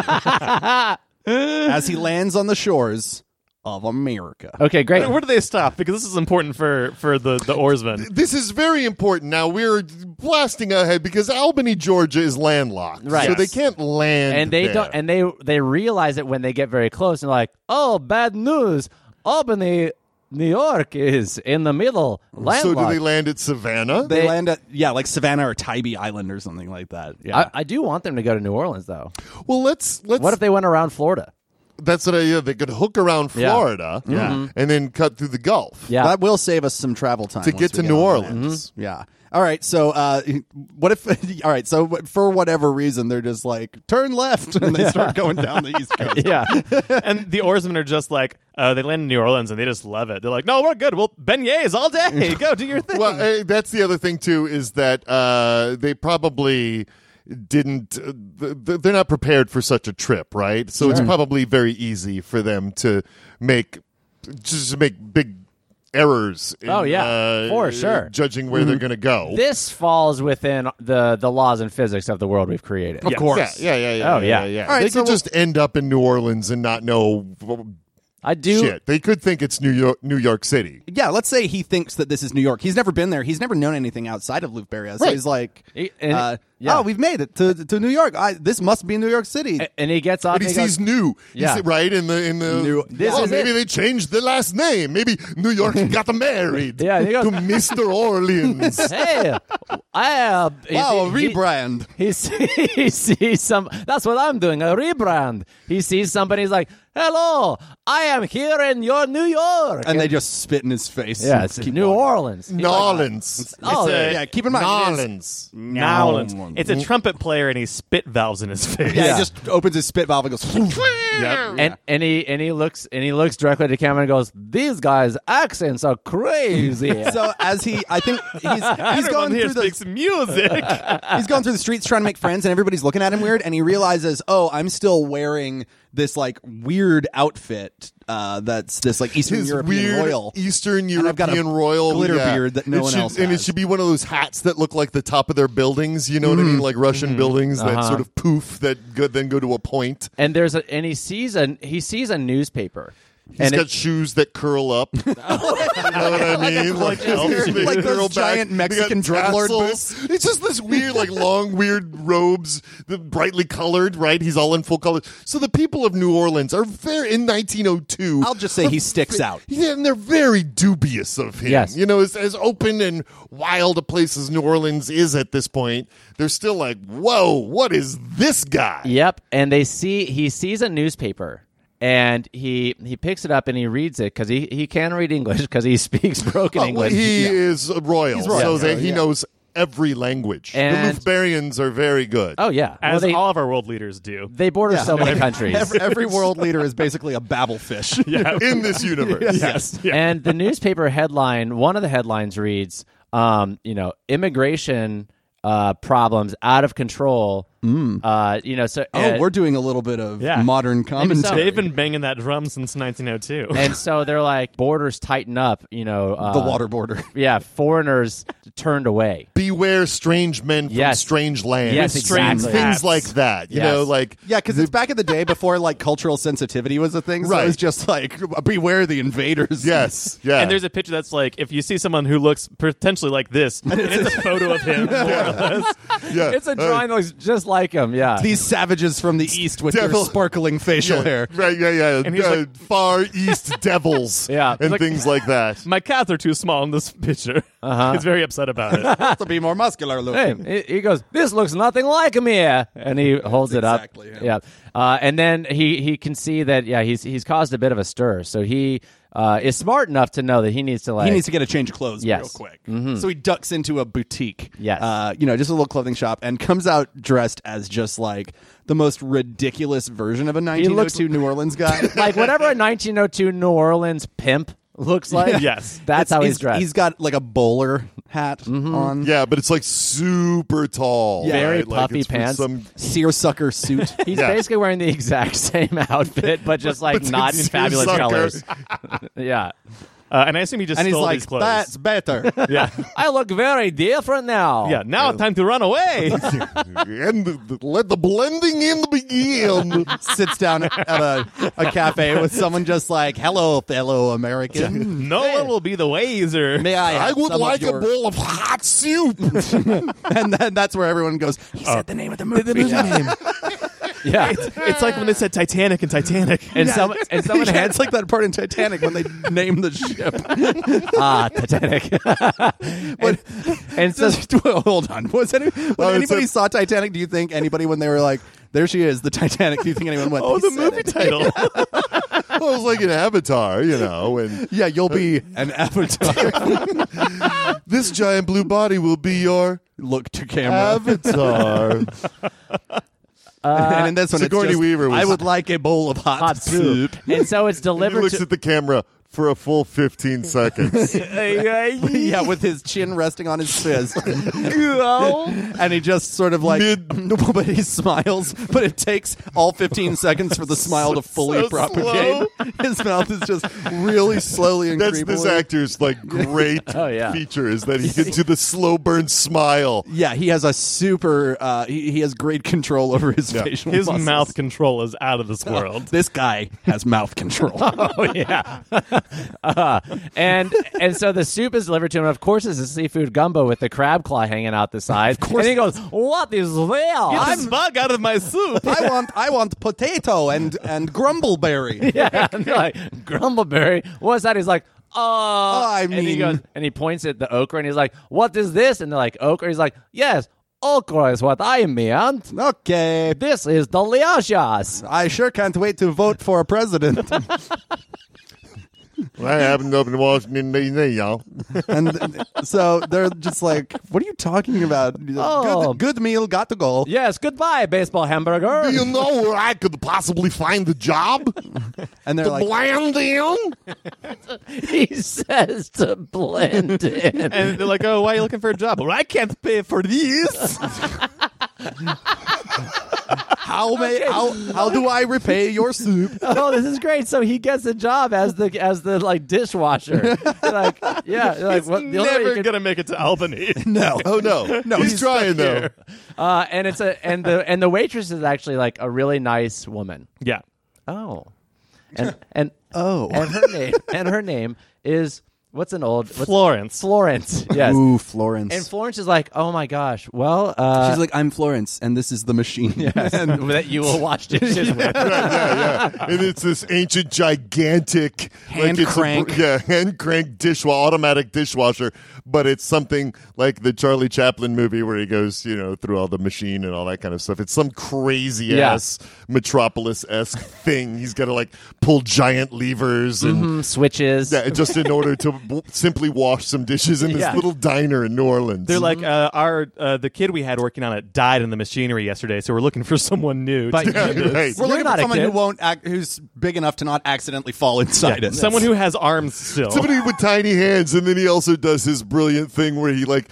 B: as he lands on the shores of America.
D: okay great
C: Where do they stop? Because this is important for for the the oarsmen.
E: this is very important. Now we're blasting ahead because Albany, Georgia, is landlocked,
D: Right.
E: So
D: Yes.
E: they can't land,
D: and they
E: there.
D: don't and they they realize it when they get very close and like oh bad news Albany New York is in the middle
E: so do
D: landlocked.
E: they land at Savannah?
B: They,
D: They-
B: land at yeah, like Savannah or Tybee Island or something like that. Yeah,
D: I, I do want them to go to New Orleans though.
E: well, let's let's.
D: What if they went around Florida?
E: that's what I yeah, They could hook around
D: Yeah. Mm-hmm.
E: Florida, yeah, and then cut through the Gulf
B: (laughs)
D: Yeah. Mm-hmm.
B: that will save us some travel time
E: to
B: once
E: get
B: we
E: to New
B: on land.
E: Orleans.
B: Yeah. All right. So, uh, (laughs) what if? (laughs) All right. So, wh- for whatever reason, they're just like turn left, and
D: (laughs)
B: they start going down the east coast.
D: yeah.
C: and the oarsmen are just like uh, they land in New Orleans and they just love it. They're like, no, we're good. Well, beignets all
B: (laughs)
C: day. Go do your thing.
E: Well, eh, that's the other thing too is that uh, they probably didn't. Uh, th- th- they're not prepared for such a trip, right? So it's probably very easy for them to make just make big errors. In,
D: Oh, yeah.
E: uh,
D: For sure. Mm-hmm.
E: Judging where they're going to go.
D: this falls within the the laws and physics of the world we've created.
C: Of course.
E: yeah, yeah, yeah, yeah.
D: Oh, yeah.
E: yeah.
B: All right,
E: they
B: so
E: could just end up in New Orleans and not know
D: I do.
E: shit. They could think it's New York, New York City.
B: Yeah. Let's say he thinks that this is New York. He's never been there. He's never known anything outside of Louveria. So
E: Right.
B: he's like,
D: He- and-
B: uh,
D: yeah.
B: "Oh, we've made it to to New York. I, this must be New York City."
D: A- And he gets off.
E: And he
D: goes,
E: sees new, He
D: Yeah.
E: see- right in the in the.
B: New- This
E: oh,
D: is
E: maybe
D: it.
E: they changed the last name. Maybe
B: (laughs)
E: New York got married.
D: Yeah, he goes-
E: to Mister Orleans.
D: "Hey, I uh,
B: wow, a
D: he- he- (laughs)
B: rebrand.
D: He, see- he sees some. That's what I'm doing. A rebrand. He sees somebody. He's like, "Hello, I am here in your New York."
B: And they just spit in his face.
D: yeah, it's
B: Keep
D: New
B: walking.
D: Orleans. He's like,
E: Nolans.
D: Oh,
B: Uh, yeah. Keep in mind, it is-
E: Nolans.
C: New Orleans. It's a trumpet player and he spit valves in his face.
B: Yeah,
D: Yeah.
B: He just opens his spit valve and goes. (laughs)
D: and and he and he looks and he looks directly to camera and goes, "These guys' accents are crazy."
B: (laughs) so as he, I think he's he's
C: Everyone
B: going
C: here
B: through the
C: speaks music.
B: he's going through the streets trying to make friends and everybody's looking at him weird and he realizes oh i'm still wearing this like weird outfit uh, that's this like eastern
E: His
B: european
E: weird
B: royal (laughs) And
E: Eastern
B: I've
E: European
B: got a
E: royal
B: glitter
E: yeah.
B: beard that no
E: It
B: one
E: should-
B: else
E: And it
B: has.
E: should be one of those hats that look like the top of their buildings. You know what I
B: Mm-hmm.
E: mean? Like Russian buildings
B: Uh-huh.
E: that sort of poof that go, then go to a point.
D: and there's a and he sees a he sees a newspaper
E: He's
D: and
E: got
D: it-
E: shoes that
B: (laughs)
E: curl up. you know what I mean? Like, helps me
B: Like those
E: curl back.
B: giant
E: They
B: Mexican
E: got
B: drug lord
E: tassels. It's just this weird, like long, weird robes, the brightly colored. Right? He's all in full color. So the people of New Orleans are very in 1902.
B: I'll just say he sticks out.
E: Yeah, and they're very dubious of him.
D: Yes.
E: You know, as, as open and wild a place as New Orleans is at this point, they're still like, whoa, what is this guy?
D: Yep, and they see he sees a newspaper and he he picks it up and he reads it because he he can read English because he (laughs) speaks
B: Oh,
D: broken
E: Well,
D: English.
E: he is royal,
B: royal.
E: so
B: Yeah,
E: that he
B: yeah.
E: knows every language.
D: And-
E: the Luthbarians are very good.
D: oh yeah, well,
C: as
D: they,
C: all of our world leaders do.
D: they border
B: (laughs)
D: so many countries.
B: Every, every world leader is basically a babble fish. yeah.
E: in this universe.
C: yes. (laughs) Yeah.
D: and the newspaper headline, one of the headlines reads, um, you know, immigration uh, problems out of control. Uh, you know, so
B: Mm. Oh,
D: uh,
B: we're (laughs) doing a little bit of
C: Yeah.
B: modern commentary.
C: They've been banging that drum since 1902.
D: and so they're like borders tighten up. You know, uh,
B: the water border.
D: Yeah, foreigners turned away.
E: Beware strange men from
D: Yes.
E: strange lands.
D: Yes,
C: strange
D: exactly.
E: Things
C: hats.
E: like that. You
D: Yes.
E: know, like
B: (laughs) Yeah, because it's back in the day before like cultural sensitivity was a thing. So
E: Right.
B: it was just like beware the invaders.
E: yes, yeah.
C: And there's a picture that's like, if you see someone who looks potentially
B: (laughs)
C: like this, and it's a photo of him.
E: yeah.
D: It's a
E: Uh,
D: drawing that looks just like him. Yeah.
B: These savages from the east with
E: Devil-
B: their sparkling facial (laughs)
E: yeah,
B: hair.
E: right, yeah, yeah.
C: And he's
E: Uh,
C: like-
E: far
D: (laughs)
E: east devils,
D: Yeah,
E: and
D: (laughs)
C: like-
E: things like that.
C: My cats are too small in this picture.
B: Uh-huh.
C: He's very upset about it. Uh,
B: Has to be more muscular
D: Hey,
B: looking.
D: he he goes, this looks nothing like him here. And he holds it up.
B: exactly him.
D: Yeah. Uh, and then he, he can see that, yeah, he's, he's caused a bit of a stir. So he uh, is smart enough to know that he needs to, like,
B: He needs to get a change of clothes real
D: Yes.
B: quick. So he ducks into a boutique.
D: Yes.
B: Uh, you know, just a little clothing shop and comes out dressed as just like the most ridiculous version of a 1902 New Orleans guy.
D: (laughs) like, whatever a 1902 New Orleans pimp looks like.
C: Yes.
D: That's how he's, dressed.
B: He's got like a bowler hat on.
E: Yeah, but it's like super tall,
D: Very
E: right? Like,
D: puffy
E: it's for
D: pants.
E: Some
B: Seersucker suit.
D: He's
E: Yeah.
D: basically wearing the exact (laughs) same outfit, but just like
E: (laughs)
D: (laughs)
E: But
D: not in
E: it's
D: fabulous
E: seersucker.
D: colors. yeah,
C: Uh, and I assume he just
B: and he's
C: stole
B: like,
C: these clothes.
B: that's better.
C: yeah,
D: (laughs) I look very different now.
C: yeah.
B: Oh.
C: Now it's time to run
E: (laughs)
C: away.
B: (laughs)
E: and the, the, let the blending in
D: (laughs)
E: begin.
B: Sits down at a, a cafe with someone just like, hello, fellow American.
C: no one will be the wazer. (laughs)
B: May I
E: I
B: have
E: would
B: some of
E: like
B: your-"
E: a bowl of hot soup. (laughs)
B: (laughs) And then that's where everyone goes, he said the name of the movie. (laughs)
D: (laughs) yeah.
C: It's like when they said Titanic and Titanic.
D: And some and
B: (laughs)
D: someone
B: yeah,
D: hands
B: it's like that part in Titanic when they (laughs) name the ship.
D: ah Titanic. (laughs) and, and so
B: Just- (laughs) well, hold on. Was any, when
E: it's
B: anybody
E: a-
B: saw Titanic, do you think anybody when they were like, "There she is, the Titanic"? Do you think anyone went?
C: oh,
B: "He
C: the
B: said
C: movie
B: it."
C: title.
E: well, it was like an avatar, you know, and
B: (laughs) Yeah, you'll be an avatar.
E: this giant blue body will be your
B: Look to camera, (laughs)
E: avatar.
B: and in this one, it's
E: Sigourney
B: just,
E: Weaver was-
B: I would like a bowl of hot,
D: hot
B: soup. (laughs)
D: soup. ah, And so it's
E: he
D: delivered
E: looks
D: to
E: at the camera for a full
B: (laughs)
E: 15 seconds.
D: (laughs)
B: yeah, with his chin resting on his fist,
D: girl.
B: and he just sort of like, (laughs)
E: Mid-
B: but he smiles. But it takes all 15 seconds (laughs) for the smile to fully
E: so
B: propagate. (laughs) His mouth is just really slowly and
E: That's this
B: creepily-
E: actor's like
B: (laughs)
E: great
D: Oh, yeah.
E: feature is that he can do the slow burn smile.
B: Yeah, he has a super. Uh, he, he has great control over his facial.
C: His
B: muscles. (laughs)
C: mouth (laughs) control is out of this world.
B: This guy has mouth (laughs) control.
D: (laughs) Oh yeah. (laughs) Uh, and and so the soup is delivered to him. Of course, it's a seafood gumbo with the crab claw hanging out the side. Of course, and he goes, "What is this?"
C: Get the bug out of my
B: (laughs)
C: soup.
B: I want I want potato and and grumbleberry.
D: yeah, (laughs) and they're like Grumbleberry. What's that? He's like, uh, oh,
B: I
D: and he
B: mean-
D: goes, and he points at the okra, and he's like, "What is this?" And they're like, "Okra." He's like, "Yes, okra is what I meant.
B: (laughs) Okay.
D: This is delicious."
B: I sure can't wait to vote for a (laughs) president.
E: That happened up in Washington, D.C., y'all.
B: And uh, so they're just like, what are you talking about?
D: Oh.
B: Good, good meal, got to go.
D: Yes, goodbye, baseball hamburger. (laughs)
E: Do you know where I could possibly find
B: (laughs)
E: a job?
B: And they're like,
E: Bland in?
D: he says to blend in.
C: (laughs) And they're like, oh, why are you looking for a job? Well, I can't pay for these.
B: how, may, how, how do I repay your soup?
D: oh, this is great! So he gets a job as the as the like dishwasher. like, yeah, like what? the only way you
C: Never
D: can-
C: gonna make it to Albany.
B: (laughs) No.
E: (laughs) Oh, no. No, he's, trying, though.
D: Uh, and it's a and the and the waitress is actually like a really nice woman.
C: yeah.
D: Oh. and and
B: Oh.
D: and
B: (laughs)
D: her name and her name is what's an old what's,
C: Florence.
D: Florence. Yes.
B: oh, Ooh, Florence.
D: And Florence is like, oh my gosh. Well, uh,
B: She's like, I'm Florence, and this is the machine.
E: (laughs)
D: (laughs)
B: and
D: that you will watch
B: (laughs)
D: dishes with.
E: and it's this ancient, gigantic
B: Hand
E: it's a br-
B: crank.
E: yeah, hand crank dishwasher, automatic dishwasher. But it's something like the Charlie Chaplin movie where he goes, you know, through all the machine and all that kind of stuff. It's some crazy
D: Yeah.
E: ass Metropolis esque thing. He's got to like pull giant levers and.
D: Mm-hmm. Switches.
E: yeah, just in order to w- simply wash some dishes in this
D: Yeah.
E: little diner in New Orleans.
C: They're like uh, our uh, the kid we had working on it died in the machinery yesterday, so we're looking for someone new.
D: But
C: to
D: (laughs) you-
C: do this.
E: right.
B: we're looking
D: not
B: for
D: a
B: someone
D: kid.
B: who won't act, who's big enough to not accidentally fall inside it.
C: someone who has arms still.
E: somebody with tiny hands and then he also does his brilliant thing where he like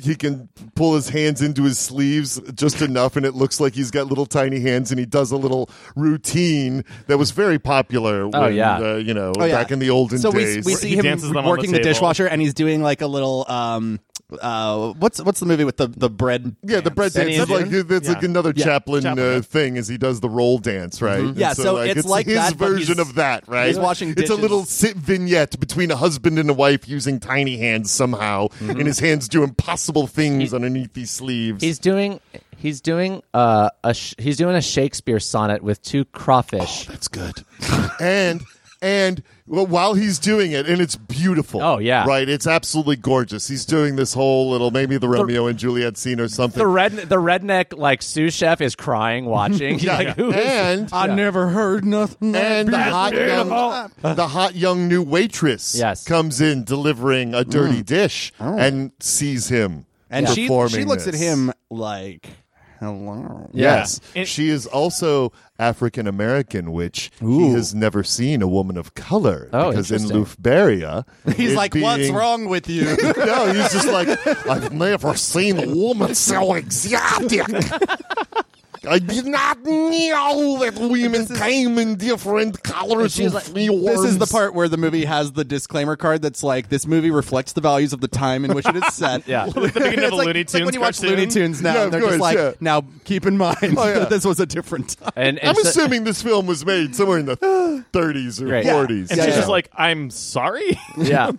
E: he can pull his hands into his sleeves just enough and it looks like he's got little tiny hands and he does a little routine that was very popular when,
D: yeah.
E: uh, you know
B: Oh, yeah.
E: back in the olden
B: so we,
E: days
B: we see
C: He
B: him
C: dances them on the
B: working the,
C: table.
B: dishwasher, and he's doing like a little um, uh, what's what's the movie with the the bread?
E: yeah, the bread
D: Benny
E: dance. That's like
D: and
E: that's like
C: Yeah.
E: another
B: Yeah.
E: Chaplin,
C: Chaplin, yeah.
E: uh, thing, as he does the roll dance, right? And
B: Yeah, so it's like
E: his
B: that, but
E: version
B: he's-
E: of that, right?
B: he's washing
E: It's a
B: dishes.
E: little sit vignette between a husband and a wife using tiny hands somehow,
B: Mm-hmm.
E: and his hands do impossible things underneath these sleeves.
D: He's doing he's doing uh, a sh- he's doing a Shakespeare sonnet with two crawfish.
B: Oh, (laughs)
E: That's good. and and well, while he's doing it, and it's beautiful.
D: Oh, yeah.
E: right. It's absolutely gorgeous. He's doing this whole little maybe the Romeo and Juliet scene or something.
D: the red the redneck like sous chef
B: (laughs)
D: is crying watching. Like, who is
E: and
B: I never heard nothing.
E: and the hot young,
D: beautiful.
E: the hot young new waitress
D: Yes.
E: comes in delivering a dirty dish and sees him
B: Mm. Oh. and she
E: performing
B: she looks at
E: this.
B: him like, hello.
E: Yes,
C: Yeah. It-
E: she is also African American, which he has never seen a woman of color
D: Oh,
E: because in
D: interesting.
E: Luftberria,
B: (laughs) He's
E: it
B: like, what's
E: being-
B: wrong with you?
E: (laughs) No, he's just like I've never seen a woman so exotic. I did not know that women came in different colors
D: she's
E: and
D: like,
E: forms.
B: This is the part where the movie has the disclaimer card that's like, this movie reflects the values of the time in which it is set.
C: (laughs)
D: Yeah. Like the
B: (laughs)
C: beginning
B: It's
C: of a
B: like-
C: Looney
B: it's like when
C: Tunes
B: you watch
C: cartoon.
B: Looney Tunes now,
E: Yeah, of
B: and they're just
E: course,
B: like,
E: yeah.
B: now keep in mind
E: yeah.
B: that (laughs) this was a different time.
D: And, and
E: I'm
D: so-
E: assuming this film was made somewhere in the 30s or
D: Right. Yeah.
E: 40s.
C: and
B: Yeah,
C: she's
B: yeah.
C: just like, "I'm sorry." (laughs)
D: yeah.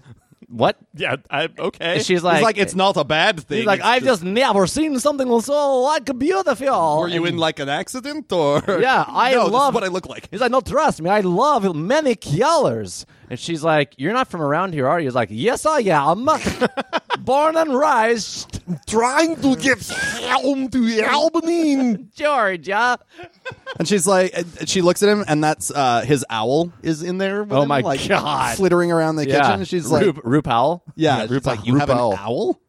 D: What?
C: yeah, I, okay.
D: She's
B: It's
D: like,
B: like, it's not a bad thing.
D: he's like
B: It's
D: I've just, never seen something so like beautiful.
B: were you in like an accident or? (laughs)
D: Yeah, I
B: no, this is
D: love
B: what I look like.
D: He's like, no, trust me, I love many colors. And she's like, you're not from around here, are you? He's like, yes, I am. Born and raised
E: trying to get home to Albany.
D: Georgia.
B: And she's like, and she looks at him, and that's uh, his owl is in there. With
D: Oh
B: him,
D: my
B: like,
D: God.
B: flittering around the kitchen. And she's like,
D: Ru- RuPaul.
B: yeah,
E: Yeah,
B: she's
E: Rupa-
B: like, you have an
E: Rupaul.
B: owl.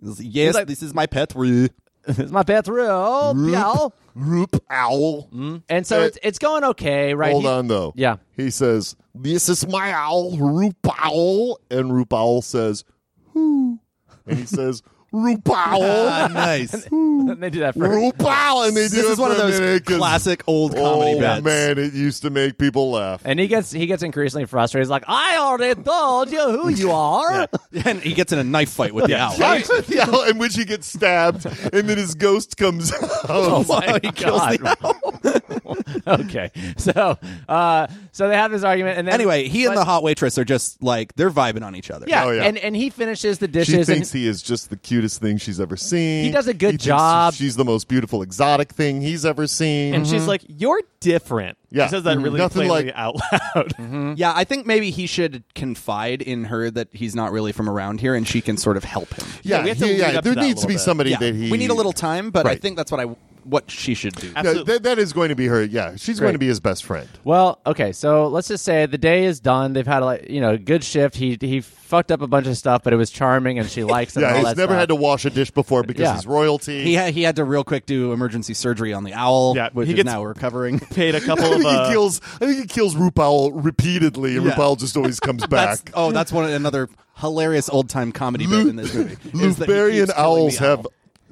B: He's like, Yes,
D: like-
B: this is my pet. Ru.
D: it's my bathroom, y'all.
E: Roop owl.
B: Hmm?
D: And so
E: Uh,
D: it's it's going okay, right?
E: Hold
D: He-
E: on, though.
D: Yeah.
E: He says, This is my owl, Roop owl. And Roop owl says, Who? And he says, Roop owl.
B: (laughs) Ah, nice.
D: And (laughs) they do that for
E: Roop owl. And they
B: This
E: do it
B: is one of
E: for a
B: those
E: minute 'cause-
B: classic old comedy
E: oh,
B: bets.
E: man, it used to make people laugh.
D: And he gets he gets increasingly frustrated. He's like, I already told you
B: (laughs)
D: who you are. (laughs)
B: And he gets in a knife fight (laughs) with the owl.
E: Right? (laughs) the owl in which he gets stabbed, and then his ghost comes out. (laughs)
B: Wow, he kills the
D: God. okay. So uh so they have this argument and then
B: Anyway, he and
D: but-
B: the hot waitress are just like they're vibing on each other.
D: Yeah,
E: Oh, yeah.
D: and and he finishes the
E: She
D: dishes.
E: thinks
D: and,
E: he is just the cutest thing she's ever seen.
D: He does a good
E: thinks
D: job.
E: She's the most beautiful exotic thing he's ever seen.
C: and she's like, "You're different."
E: Yeah.
C: She says that
E: Mhm.
C: really
E: Nothing
C: plainly
E: like-
C: out loud.
E: Mm-hmm.
B: Yeah, I think maybe he should confide in her that he's not really from around here, and she can sort of help him.
E: yeah,
C: yeah, we have
E: he-
C: to lead
E: yeah,
C: up to
E: there
C: that a
E: needs to
C: little
E: be
C: bit.
E: somebody
B: Yeah,
E: that he.
B: we need a little time, but I
E: Right.
B: think that's what I what she should do.
E: Yeah,
C: Absolutely.
E: that, that is going to be her. Yeah, she's going to be his best friend.
D: well, okay, so let's just say the day is done. They've had a like, you know a good shift. He he fucked up a bunch of stuff, but it was charming,
E: (laughs)
D: and she likes him.
E: Yeah,
D: and all
E: he's
D: that
E: never
D: stuff.
E: had to wash a dish before because
D: Yeah.
E: he's royalty.
B: He had, he had to real quick do emergency surgery on the owl,
C: Yeah,
B: which
C: he
B: is
C: gets-
B: now
E: (laughs)
B: recovering.
C: (laughs) Paid a
E: I
C: couple of
E: think
C: uh,
E: he kills. I think he kills Rupal repeatedly, and
B: Yeah.
E: Rupal just always comes
B: That's,
E: back.
B: oh, that's one another hilarious old time comedy bit in this movie. is that he
E: Lufberry
B: keeps killing
E: and
B: the
E: owls
B: owl.
E: have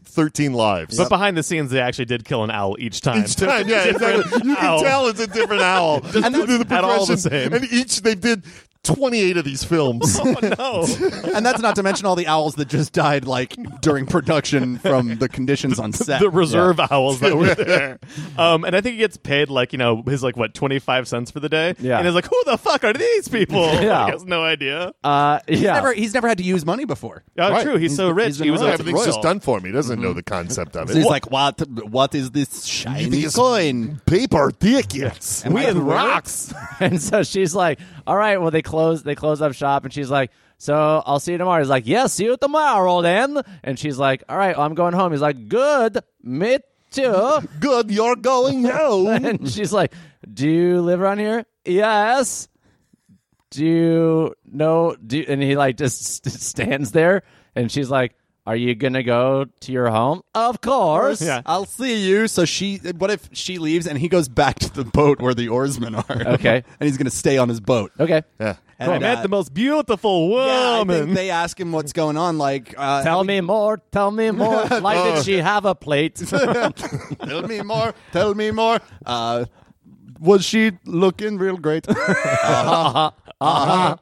E: thirteen lives.
C: But behind the scenes, they actually did kill an owl each time.
E: Each
C: (laughs) So it's
E: time,
C: a
E: yeah,
C: different
E: exactly. You can
C: owl. (laughs)
E: tell it's a different owl. and
C: that's at all the
E: progression.
C: same.
E: And each they did 28 of these
C: (laughs)
E: films.
C: Oh, No.
E: (laughs)
B: and that's not to mention all the owls that just died like during production from the conditions on set.
C: the reserve owls that were
E: (laughs)
C: there. Um, and I think he gets paid like you know his like what twenty five cents for the day.
D: Yeah.
C: and he's like, who the fuck are these people?
E: (laughs)
D: Yeah.
C: he has no idea.
D: Uh, yeah.
B: Never, he's never had to use money before.
C: Oh,
E: Right.
C: True, he's so
B: He's-
C: rich.
B: he's
C: he was
B: royal.
C: like,
E: Everything's just done for me. He doesn't
C: Mm-hmm.
E: know the concept of
B: So he's
E: it.
B: like, what? What is this shiny
E: it's-
B: coin?
E: Paper tickets.
B: Am I
E: We in
B: correct?
E: rocks.
D: (laughs) and so she's like, "All right, well they close they close up shop." And she's like, "So I'll see you tomorrow." He's like, "Yeah, see you tomorrow then." And she's like, "All right, well, I'm going home." He's like, "Good, me too."
E: Good,
B: (laughs)
E: you're going home.
D: (laughs) and she's like, "Do you live around here?" Yes. Do you know? Do and he like just st- stands there, and she's like, "Are you gonna go to your home?" Of course.
C: Yeah.
B: I'll see you. So she, what if she leaves and he goes back to the boat where the oarsmen are?
D: Okay.
B: (laughs) and he's going to stay on his boat.
D: Okay.
E: Yeah.
B: And,
C: I met
B: uh,
C: the most beautiful
B: yeah, I think
C: woman.
B: they ask him what's going on. Like, uh,
D: Tell me more. Tell me more. Like, did she have a plate? (laughs)
B: tell me more. Tell me more. Uh, was she looking real (laughs) great? Uh-huh.
D: oh,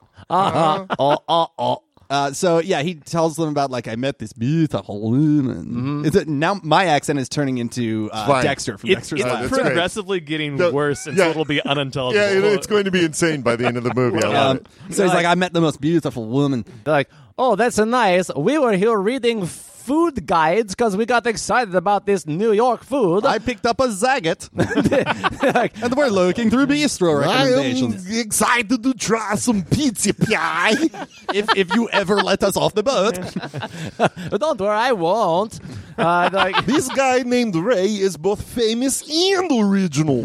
D: oh, oh.
B: Uh, so yeah, he tells them about like I met this beautiful woman. Is it now? My accent is turning into uh,
E: Fine.
B: Dexter from
C: it's
B: Dexter's
C: it's
E: Oh,
B: Lab.
E: that's great.
C: progressively getting
E: No,
C: worse
E: (laughs)
C: until
E: yeah.
C: it'll be unintelligible.
E: Yeah, it, it's going to be insane by the end of the movie. I
B: Um,
E: love it.
B: so he's like, I met the most beautiful woman.
D: They're like, oh, that's a nice. We were here reading food guides because we got excited about this New York food.
B: I picked up a (laughs) Zagat,
D: Like,
B: and we're looking through bistro recommendations.
E: excited to try some pizza pie.
B: (laughs) if if you ever let us off the boat,
D: Don't worry, I won't. (laughs) Uh, they're like,
E: this guy named Ray is both famous and original.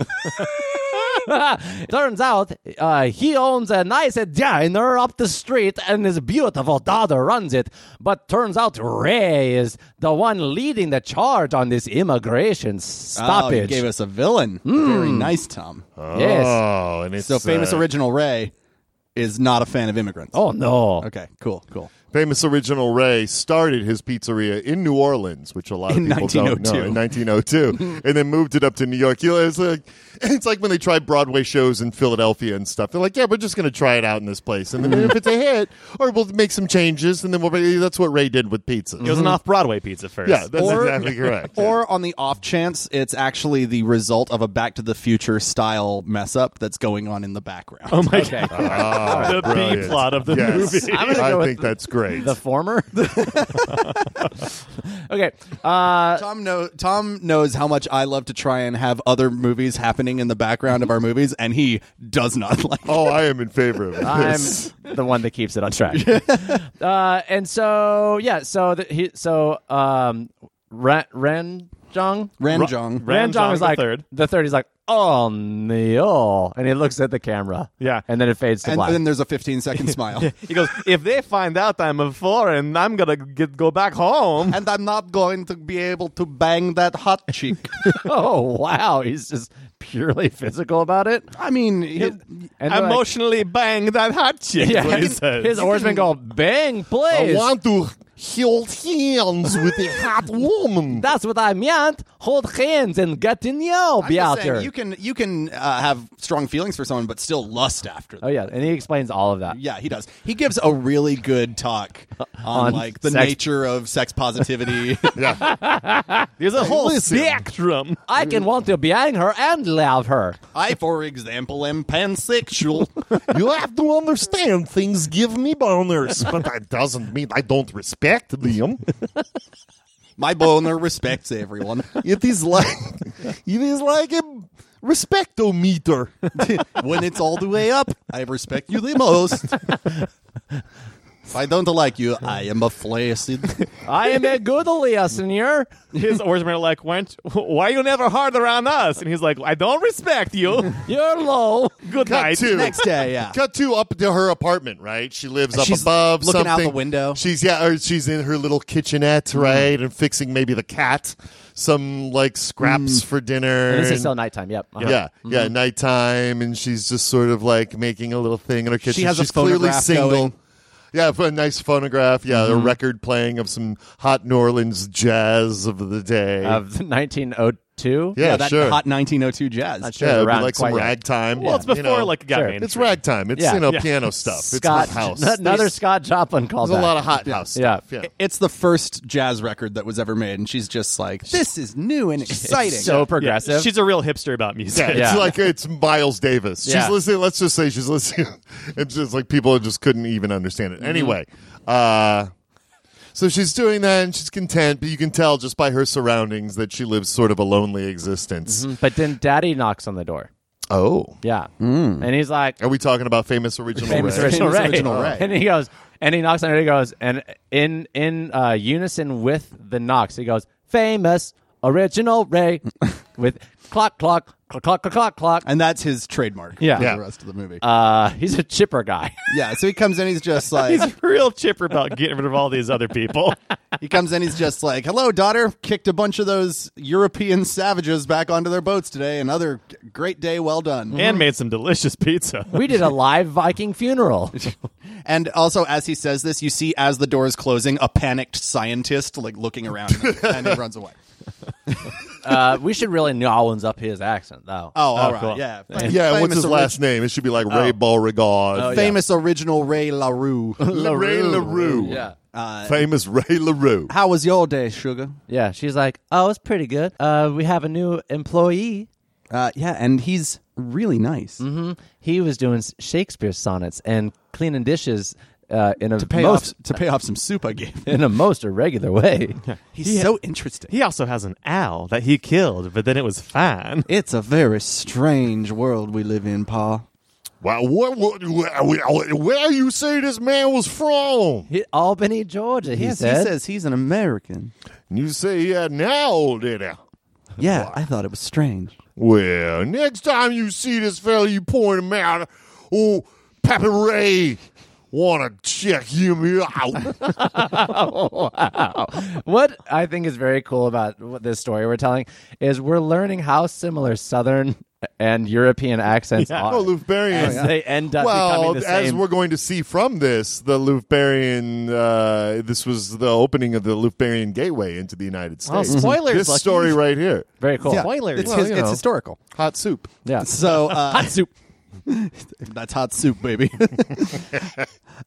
D: Turns out uh, he owns a nice diner up the street and his beautiful daughter runs it. But turns out Ray is the one leading the charge on this immigration
B: oh, you
D: stoppage.
B: gave us a villain. Very nice, Tom.
D: yes.
E: Oh, and it's
B: so famous
E: uh,
B: original Ray is not a fan of immigrants.
D: Oh, no.
B: okay, cool, cool.
E: famous original Ray started his pizzeria in New Orleans, which a lot of
B: In
E: people don't know,
B: 1902.
E: in
D: (laughs)
E: 1902, and then moved it up to New York. You know, it's like it's like when they try Broadway shows in Philadelphia and stuff. They're like, yeah, we're just going to try it out in this place, and then
D: (laughs)
E: if it's a hit, or we'll make some changes, and then we'll. That's what Ray did with pizza.
C: It was an off Broadway pizza first.
E: Mm-hmm. Yeah, that's
B: Or-
E: exactly correct. Yeah.
B: Or on the off chance, it's actually the result of a Back to the Future style mess up that's going on in the background.
C: oh
D: (laughs)
C: my god,
E: Ah,
C: (laughs) the B
E: brilliant.
C: plot of the
E: Yes.
C: movie.
D: I'm gonna
E: (laughs) I
D: go with
E: think that's great.
D: The former? (laughs) okay.
B: (laughs)
D: Uh,
B: Tom know Tom knows how much I love to try and have other movies happening in the background of our movies, and he does not (laughs) like.
E: (laughs) oh, I am in favor of
D: I'm
E: this.
D: the one that keeps it on track. uh, and so yeah, so the, he so um, Ren Renjong
B: Ranjong.
C: Ran-
D: Ranjong
C: Ranjong
D: is
C: the
D: like
C: third.
D: the third. He's like, oh no, and he looks at the camera.
C: Yeah.
D: and then it fades to
B: and
D: black. (laughs)
B: then there's a 15 second smile.
C: He goes, if they find out I'm a foreign, I'm gonna get go back home.
B: and I'm not going to be able to bang that hot chick.
D: oh wow, he's just purely physical about it.
B: (laughs) I mean,
D: And they're like-
C: Emotionally bang that hot chick.
D: yeah,
C: is what he
D: his-
C: says.
D: his oarsman go bang,
E: I
D: please.
E: want to hold hands with a hot woman.
D: That's what I meant. Hold hands and get in yo,
B: I'm
D: be
B: just
D: out
B: saying,
D: there.
B: you can you can uh, have strong feelings for someone, but still lust after them.
D: oh yeah, and he explains all of that.
B: Yeah, he does. He gives a really good
D: (laughs)
B: talk on,
D: On
B: like the
D: sex-
B: nature of sex positivity. (laughs)
E: yeah.
C: There's a whole
E: listen.
C: (laughs) spectrum.
D: I can want to bang her and love her.
B: I, for example, am pansexual.
E: You have to understand things give me boners, but that doesn't mean I don't respect them.
B: My boner respects everyone.
E: It is like it is like a
B: (laughs)
E: respectometer.
B: When it's all the way up, I respect you the most. If I don't like you, I am a
D: (laughs)
B: flaccid. (laughs)
D: I am a good listener.
C: His oarsmen are like, why, aren't- why are you never harder on us? And he's like, I don't
D: (laughs)
C: respect you. (laughs)
D: You're low.
C: Good
E: Cut
C: night.
E: to
B: Next day, yeah.
E: Cut to up to her apartment, right? She lives
B: And
E: up
B: she's
E: above.
B: looking out the
E: something.
B: window. Mm.
E: She's yeah, or she's in her little kitchenette, right, and fixing maybe the cat some like
B: Mm.
E: scraps for dinner.
D: This is
E: and-
D: still nighttime. Yep. Uh-huh.
E: Yeah, yeah, nighttime, and she's just sort of like making a little thing in her kitchen.
B: has a
E: she's clearly
B: phonograph
E: single.
B: going.
E: Yeah, for a nice phonograph. Yeah, a record playing of some hot New Orleans jazz of the day.
D: Of (laughs) oh the 1902 1902.
E: Yeah,
B: Yeah, that
E: sure.
B: hot 1902 jazz.
D: That's
E: yeah,
D: true.
E: it'd be
D: around
E: like some
D: quite-
E: ragtime.
C: Well, it's
E: you
C: before
E: know.
C: like got
D: Sure.
C: mainstream.
E: It's ragtime. It's
D: Yeah.
E: you know
C: Yeah.
E: piano stuff.
D: Scott,
E: it's not house.
D: another Scott Joplin callback.
E: There's a lot of hot house
D: Yeah.
E: stuff. Yeah.
B: It's the first jazz record that was ever made, and she's just like, "This is new
D: (laughs)
B: and exciting."
D: so
C: Yeah,
D: progressive.
C: She's a real hipster about music.
E: Yeah,
D: Yeah.
E: it's like it's Miles Davis.
D: Yeah.
E: She's listening. Let's just say she's listening. (laughs) It's just like people just couldn't even understand it. Anyway, uh, so she's doing that and she's content, but you can tell just by her surroundings that she lives sort of a lonely existence.
C: Mm-hmm.
D: but then Daddy knocks on the door.
E: Oh,
D: Yeah,
C: Mm.
D: and he's like,
E: are we talking about famous original?
D: famous
E: Ray?
D: original,
B: Famous
D: Ray.
B: original Ray.
D: And he goes, and he knocks on it. He goes, and in in uh, unison with the knocks, he goes, famous original
C: (laughs)
D: Ray, with clock clock clock clock clock clock.
B: and that's his trademark.
D: Yeah.
B: for
D: Yeah.
B: the rest of the movie.
D: Uh, he's a chipper guy. (laughs)
B: yeah, so he comes in, he's just like,
C: He's a real chipper about getting rid of all these other people.
B: he comes in, he's just like, "Hello, daughter. Kicked a bunch of those European savages back onto their boats today. Another g- great day. Well done."
C: and made some delicious pizza.
D: we did a live Viking funeral.
B: And also, as he says this, you see as the door is closing, a panicked scientist like looking around, and
D: (laughs)
B: he runs away.
D: Uh, we should really Nolans up his accent though. Uh,
B: Oh, all right,
C: cool.
B: yeah,
E: (laughs) Yeah,
B: Famous
E: what's his
B: orig-
E: last name? It should be like Ray Beauregard.
B: Famous original Ray LaRue.
E: La- Oh, Ray LaRue.
D: Yeah.
E: Famous Ray LaRue.
B: How was your day, sugar?
D: Yeah, she's like, "Oh, it's pretty good. Uh, we have a new employee.
B: Uh, yeah, and he's really nice.
D: He was doing Shakespeare sonnets and cleaning dishes uh, in a
B: To pay
D: most
B: off to pay off some soup I gave
D: (laughs)
B: him.
D: in a most irregular way.
B: He's so interesting.
C: He also has an owl that he killed, but then it was fine.
B: It's a very strange world we live in, Pa.
E: Wow, what, what, where, where you say this man was from?
D: He- Albany, Georgia. He
B: yes,
D: said.
B: he says he's an American.
E: You say he had an owl, did he?
B: (laughs) Yeah, I thought it was strange.
E: Well, next time you see this fella, you point him out. Oh, Pappy Ray, wanna check him out? (laughs)
D: What I think is very cool about what this story we're telling is we're learning how similar Southern and European accents
C: Yeah.
D: are.
E: oh, Luthbarian.
D: As they end up
E: well,
D: becoming the
E: as
D: same.
E: we're going to see from this, the Luthbarian, uh, this was the opening of the Luthbarian gateway into the United
C: Well,
E: States.
C: spoilers,
E: This
C: Lucky.
B: (laughs)
E: story right here.
D: very cool.
B: Yeah,
C: Spoilers.
B: It's,
C: Well,
B: his-
C: you
B: it's
C: know.
B: historical.
E: Hot soup.
D: Yeah.
B: So uh,
C: (laughs)
B: hot soup. That's hot soup, baby. (laughs)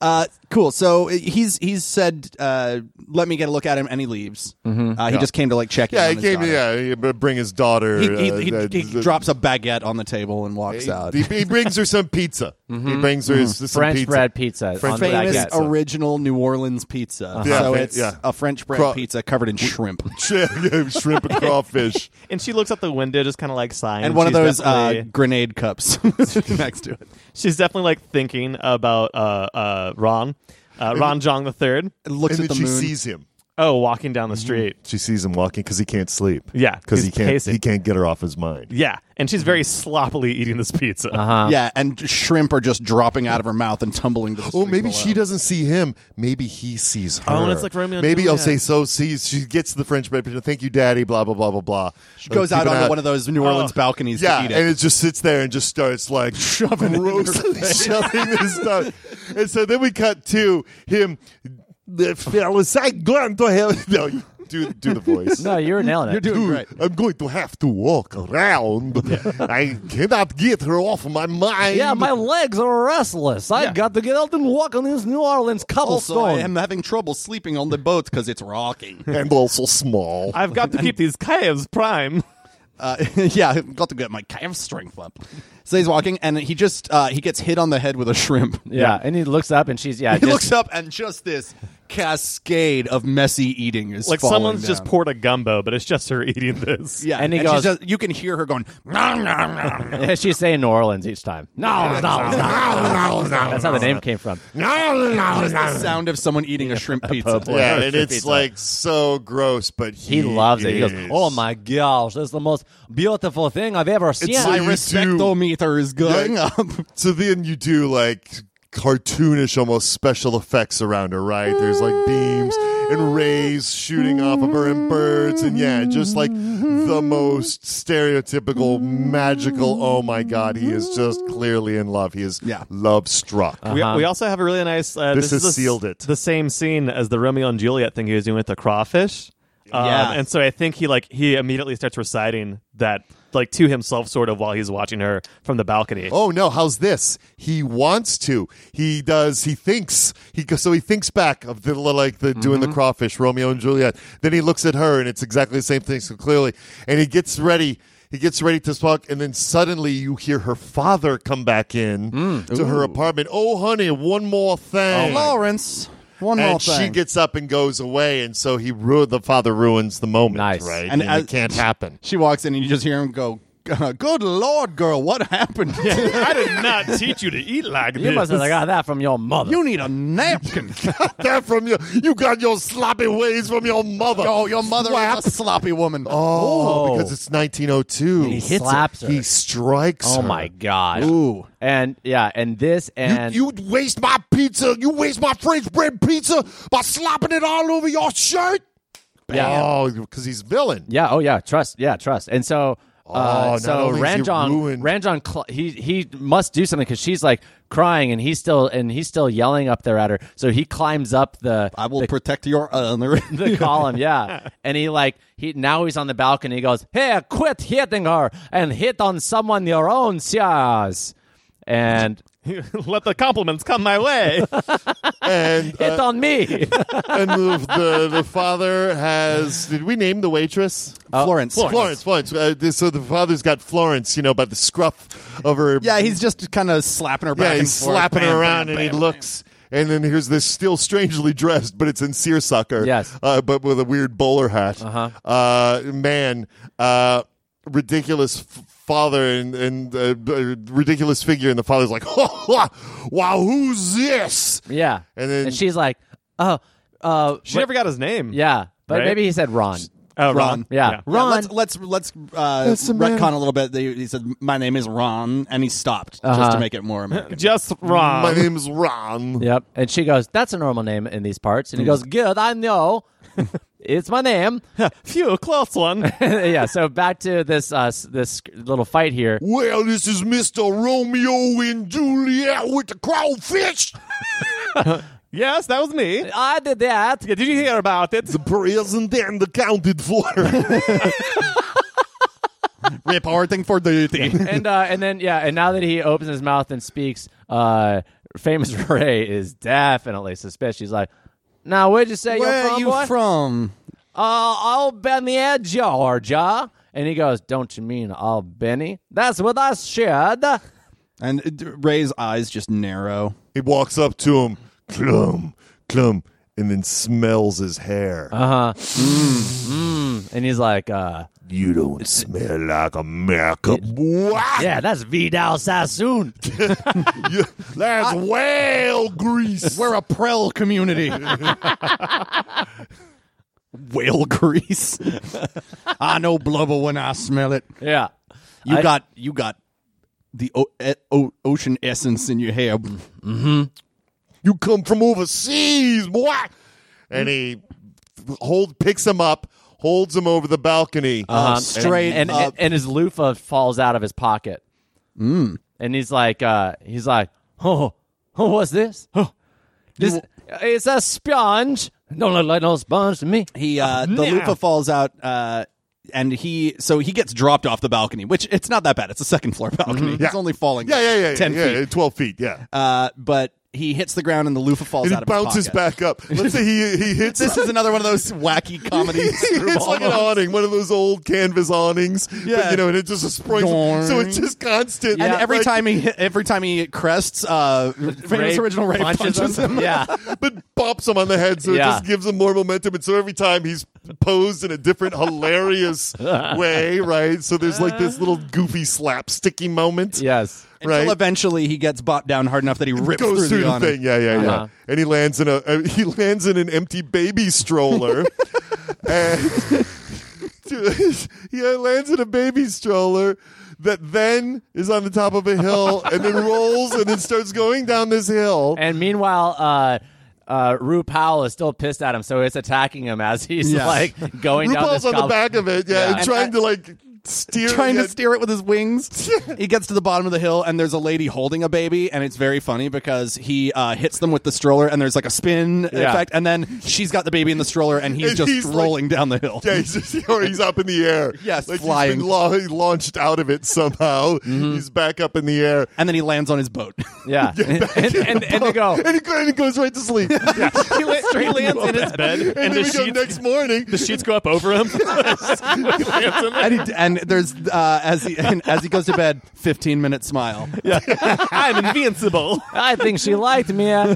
B: uh, cool. So he's he's said, uh, "Let me get a look at him," and he leaves. Uh, he just came to like check. in
E: Yeah,
B: on
E: he uh,
B: his
E: came to
B: daughter.
E: yeah, he b- bring his daughter.
B: He, he,
E: uh,
B: he,
E: uh,
B: he
E: th-
B: drops a baguette on the table and walks
E: (laughs) he-
B: out.
E: (laughs) He, he brings her some pizza. He brings her some
D: French
E: pizza. (laughs)
D: bread pizza.
E: French
D: on the
B: famous
D: baguette.
B: original New Orleans pizza.
E: Yeah,
B: so
E: fa-
B: it's
E: yeah.
B: a French bread
E: Cro-
B: pizza covered in shrimp.
E: shrimp and crawfish.
C: And she looks out the window, just kind of like sighing.
B: And one of
C: She's
B: those uh,
C: definitely-
B: grenade cups (laughs) next to it.
C: she's definitely like thinking about uh, uh, Ron, uh, Ron Jong the Third.
B: It looks
E: and then
B: at the
E: she
B: moon.
E: sees him.
C: Oh, walking
B: Mm-hmm.
C: down the street.
E: She sees him walking because he can't sleep.
C: Yeah,
E: because he
C: he's
E: can't.
C: pacing.
E: He can't get her off his mind.
C: Yeah, and she's very sloppily eating this pizza.
B: Uh-huh. yeah, and shrimp are just dropping out of her mouth and tumbling to the
E: Oh,
B: street
E: maybe
B: below.
E: she doesn't see him. Maybe he sees her.
C: Oh, and it's like Romeo and
E: Maybe I'll
C: Juliet.
E: say so. Sees she gets the French bread. pizza. Thank you, Daddy. Blah blah blah blah blah.
B: She goes out onto one of those New Orleans balconies
E: Yeah,
B: to eat
E: and
B: it.
E: it just sits there and just
B: (laughs)
E: starts like shoving, (laughs) grossly shoving this stuff. And so then we cut to him. The fellas, I'm going to have (laughs) no. you- Do do
B: (laughs)
E: the voice.
D: No, you were nailing it.
E: Dude, I'm going to have to walk around. (laughs) I cannot get her off my mind.
D: yeah, my legs are restless. I
C: Yeah.
D: got to get out and walk on this New Orleans
B: also,
D: cobblestone.
B: I am having trouble sleeping on the boat because it's rocking.
E: and also small.
C: I've got to keep these calves prime.
B: Uh, (laughs) yeah, I've got to get my calf strength up. So he's walking, and he just uh, he gets hit on the head with a shrimp.
D: yeah, and he looks up and she's
B: (laughs)
D: yeah.
B: He
D: just-
B: looks up, and just this cascade of messy eating is
C: Like
B: falling
C: someone's just
B: down.
C: poured a gumbo, but it's just her eating this.
B: Yeah,
D: And
B: and,
D: he
B: she's
D: goes-
B: just- you can hear her going, nom, nom, nom, nom.
D: Yeah, (laughs) she's saying New Orleans each time. No, no, no,
E: no, no,
D: That's how the name came from.
E: No, no,
B: It's the sound of someone eating a shrimp pizza.
E: Yeah, and
D: Shrimp
E: it's
D: pizza.
E: like so gross, but he,
D: He loves it. He goes,
E: is-
D: "Oh my gosh, that's the most beautiful thing I've ever seen."
E: so
B: My
E: you do-
B: respectometer is going
E: (laughs) Yeah.
B: up.
E: So then you do like cartoonish, almost special effects around her, right? There's like beams and rays shooting off of her and birds, and yeah, just like the most stereotypical magical. Oh my god, he is just clearly in love. He is
B: Yeah.
E: love struck.
C: We, we also have a really nice. Uh,
E: Uh-huh. This
C: is
E: has
C: the s-
E: sealed it.
C: The same scene as the Romeo and Juliet thing he was doing with the crawfish. Um,
B: Yeah.
C: And so I think he like he immediately starts reciting that like to himself sort of while he's watching her from the balcony.
E: Oh no, how's this? He wants to. He does. He thinks. He so he thinks back of the like the doing
B: Mm-hmm.
E: the crawfish, Romeo and Juliet. Then he looks at her, and it's exactly the same thing. So clearly, and he gets ready. He gets ready to talk, and then suddenly you hear her father come back in
B: Mm.
E: to her apartment. Oh, honey, one more thing.
B: Oh, Lawrence, one more
E: and
B: thing.
E: she gets up and goes away, and so he ruined the father ruins the moment.
D: Nice.
E: right?
B: And
E: And,
B: as-
E: it can't happen. (laughs)
B: she walks in and you just hear him go, "Good lord, girl, what happened?
C: I did not teach you to eat like
D: You must have got that from your mother.
B: (laughs) you need a
E: (laughs)
B: napkin."
E: that from your, you got your sloppy ways from your mother.
B: oh, your mother
E: Slap.
B: is a sloppy woman.
E: Oh,
D: Oh.
E: because it's 1902.
D: He hits slaps her. her.
E: He strikes
D: oh
E: her.
D: my god.
B: Ooh.
D: And yeah, and this and
E: You, you waste my pizza. You waste my French bread pizza by slapping it all over your shirt.
D: Yeah.
E: Oh, because he's villain.
D: Yeah. Oh, yeah. Trust. Yeah, trust. And so,
E: Oh,
D: uh,
E: not
D: so
E: only is he
D: Ranjong,
E: ruined-
D: Ranjong, cl- he he must do something because she's like crying and he's still and he's still yelling up there at her. So he climbs up the
B: I will protect your honor.
D: the column, yeah. And he like he now he's on the balcony. He goes, "Hey, quit hitting her and hit on someone your own size, and
E: "Ah."
C: (laughs) Let the compliments come my way.
D: (laughs)
E: And
D: hit
E: uh,
D: on me."
E: and the, the the father has. Did we name the waitress?
B: Florence.
E: Florence. Florence. Uh, this- so the father's got Florence, you know, by the scruff of her.
B: Yeah, he's just kind of slapping her back.
E: yeah,
B: and
E: he's
B: forth.
E: slapping
B: Bam,
E: her around,
B: bam,
E: and he
B: bam.
E: looks. And then here's this still strangely dressed, but it's in seersucker.
D: Yes.
E: uh, but with a weird bowler hat. Uh-huh. man, uh, ridiculous f- father and and uh, b- ridiculous figure, and the father's like, (laughs) "Wow, who's this?"
D: yeah,
E: And then-
D: she's like, "Oh, uh,
C: (laughs) She never got his name.
D: yeah." But
C: Right?
D: maybe he said Ron.
C: Oh,
B: Ron.
C: Ron.
D: Yeah,
B: Yeah,
D: Ron.
B: let's let's let's uh,
E: That's the man.
B: retcon a little bit. They, he said, "My name is Ron," and he stopped just
D: Uh-huh.
B: to make it more (laughs) American.
C: Just Ron.
E: My name's Ron.
D: Yep. And she goes, That's a normal name in these parts. And he goes, Good, I know. it's my name.
C: Phew,
E: (laughs)
C: close one.
D: (laughs) yeah. So back to this uh, s- this little fight here.
E: Well, this is Mister Romeo and Juliet with the crawfish.
C: yes, that was me.
D: I did that.
C: Yeah, did you hear about it?
E: The present and accounted (laughs) for.
B: Reporting for
D: (laughs)
B: duty.
D: and uh, and then yeah, and now that he opens his mouth and speaks, uh, famous (laughs) Ray is definitely suspicious. She's like, Now where'd you say
B: Where
D: you're
B: are
D: from?
B: you
D: boy?
B: from?
D: Uh, Albania, Georgia. And he goes, Don't you mean Albany? That's what I said.
B: And uh, Ray's eyes just narrow.
E: He walks up to him, clum, clum, and then smells his hair.
B: Uh-huh.
D: And he's like, uh,
E: you don't smell like America.
D: Yeah, that's Vidal Sassoon.
E: You-
B: Ah.
E: That's whale grease.
B: We're a prel (laughs) community. Whale grease. (laughs) I know blubber when I smell it.
D: Yeah.
B: You
D: I-
B: got you got the o- e- o- ocean essence in your hair.
E: you come from overseas, boy.
B: Hmm?
E: And he hold picks him up, holds him over the balcony.
B: Uh,
D: Um,
B: straight
D: and, and,
B: up.
D: and his loofah falls out of his pocket. Mm. And he's like, uh, he's like, oh, oh, what's this? Oh, this it's a sponge. Don't look like no sponge to me.
B: He
E: Ah,
B: uh, the loofah falls out, uh, and he so he gets dropped off the balcony, which it's not that bad. It's a second floor balcony. It's
E: Mm-hmm. Yeah.
B: only falling.
E: yeah, yeah, yeah,
B: ten
E: yeah,
B: feet.
E: yeah, twelve feet, yeah.
B: Uh, but he hits the ground and the loofah falls
E: and
B: out
E: it
B: of his
E: bounces
B: pocket. (laughs)
E: back up. Let's say he he hits
B: This is another one of those wacky
E: (laughs)
B: comedy.
E: it's like an awning, one of those old canvas awnings.
B: Yeah.
E: But, you know, and it just springs.
B: Doink.
E: So it's just constant.
B: And every
E: like-
B: time he hit, every time he crests, uh, famous
D: Ray
B: original Ray punches, him.
D: (laughs) yeah.
E: but bops him on the head, so
D: Yeah.
E: it just gives him more momentum. And so every time he's posed in a different hilarious way, right? So there's like this little goofy slapsticky moment,
D: Yes.
E: right?
B: Until eventually he gets bopped down hard enough that he rips through
E: Goes through
B: the,
E: the
B: awning.
E: thing, yeah, yeah, yeah,
D: Uh-huh.
E: and he lands in a uh, (laughs) he lands in an empty baby stroller, and (laughs) he lands in a baby stroller that then is on the top of a hill and then rolls and then starts going down this hill.
D: And meanwhile, uh, uh, Ru Powell is still pissed at him, so it's attacking him as he's
B: Yes.
D: like going down
E: RuPaul's
D: this
E: on the
D: cobble-
E: back of it, yeah,
D: Yeah.
E: and trying to like
B: (laughs)
E: steer
B: trying
E: yeah,
B: to steer it with his wings. he gets to the bottom of the hill, and there's a lady holding a baby, and it's very funny because he uh, hits them with the stroller, and there's like a spin
C: Yeah.
B: effect, and then she's got the baby in the stroller, and he's
E: And
B: just
E: he's, like-
B: rolling down the hill.
E: Yeah, (laughs) he's, just, or he's up in the air.
B: Yes,
E: like
B: flying.
E: He's been la- launched out of it somehow. He's back up in the air.
B: And then he lands on his boat.
D: Yeah. and, (laughs) and, and, and they go.
E: (laughs) And he, and he goes right to sleep.
D: He went
B: (laughs)
D: straight
C: lands in his bed, and,
E: and
C: the
E: then we go
C: sheets,
E: next morning.
C: the sheets go up
E: (laughs)
C: over him. (laughs)
B: and, he, and there's uh, as he and as he goes to bed, 15 minute smile.
C: I'm invincible.
D: I think she liked me. uh,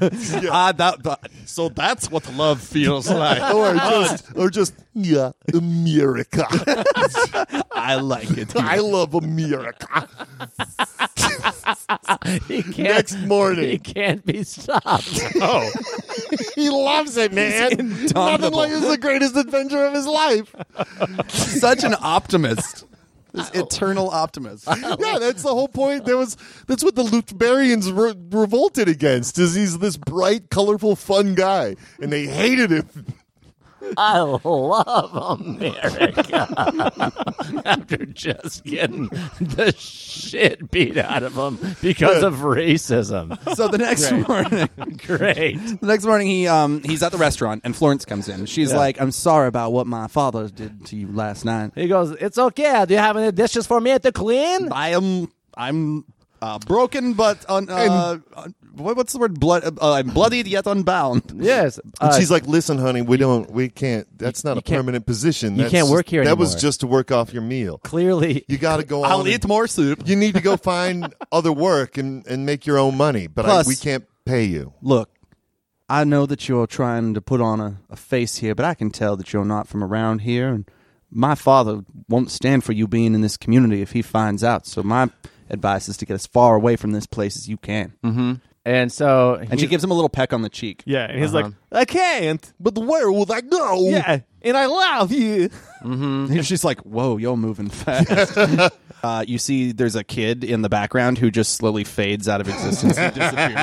B: Ah, that, that- so that's what love feels like.
E: (laughs) or just, or just, yeah, America.
B: I like it.
E: I love America.
D: He can't,
E: Next
D: he (laughs)
E: morning,
D: can't be stopped.
C: Oh,
E: he loves it, man. Nothing like it's the greatest adventure of his life.
B: Such (laughs) an optimist. This eternal optimist.
D: (laughs)
E: yeah, that's the whole point. There was that's what the Lutbarians re- revolted against. Is he's this bright, colorful, fun guy, and they
D: (laughs)
E: hated him.
D: I love America. (laughs) After just getting the shit beat out of them because of racism.
B: So the next morning,
D: Great.
B: The next morning, he um he's at the restaurant, and Florence comes in. She's like, "I'm sorry about what my father did to you last night.
D: He goes, It's okay. Do you have any dishes for me to clean?
B: I am I'm uh, broken, but un, uh, un- what, what's the word? Blood. Uh, I'm bloodied yet unbound.
D: Yes.
E: And
D: Uh,
E: she's like, "Listen, honey, we don't, we can't. That's not a
D: can't-
E: permanent position.
D: you
E: That's
D: can't
E: just-
D: work here
E: That was
D: anymore."
E: just to work off your meal.
D: clearly,
E: You got to go.
B: I'll
E: on and-
B: eat more soup.
E: You need to go (laughs) find other work and and make your own money. But I,
B: Plus-
E: we can't pay you.
B: Look, I know that you're trying to put on a, a face here, but I can tell that you're not from around here, and my father won't stand for you being in this community if he finds out. So my advice is to get as far away from this place as you can.
D: and so
B: And she gives him a little peck on the cheek.
C: yeah, and he's like, I can't.
E: But where will I go? (laughs)
C: Yeah, and I love you.
B: (laughs) And she's like, "Whoa, you're moving fast." uh, you see, there's a kid in the background who just slowly fades out of existence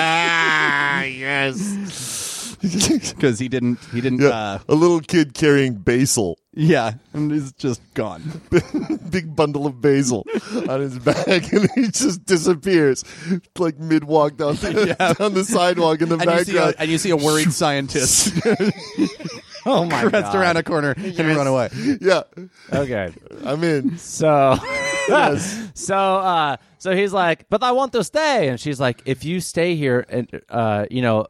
E: Ah, yes.
B: because he didn't. He didn't. Yeah.
E: Yeah,
B: Uh,
E: a little kid carrying basil.
B: yeah, and he's just gone.
E: (laughs) big bundle of basil on his back, (laughs) and he just disappears, like mid walk
B: (laughs)
E: down the down the sidewalk in the
B: And you, see uh, a,
E: background.
B: and you see a worried scientist
D: Oh my
B: (laughs) crest around a corner and run away.
E: yeah,
D: Okay.
E: I'm
D: (laughs)
E: in.
D: So.
E: Yes.
D: So uh so he's like, "But I want to stay." And she's like, "If you stay here and uh you know,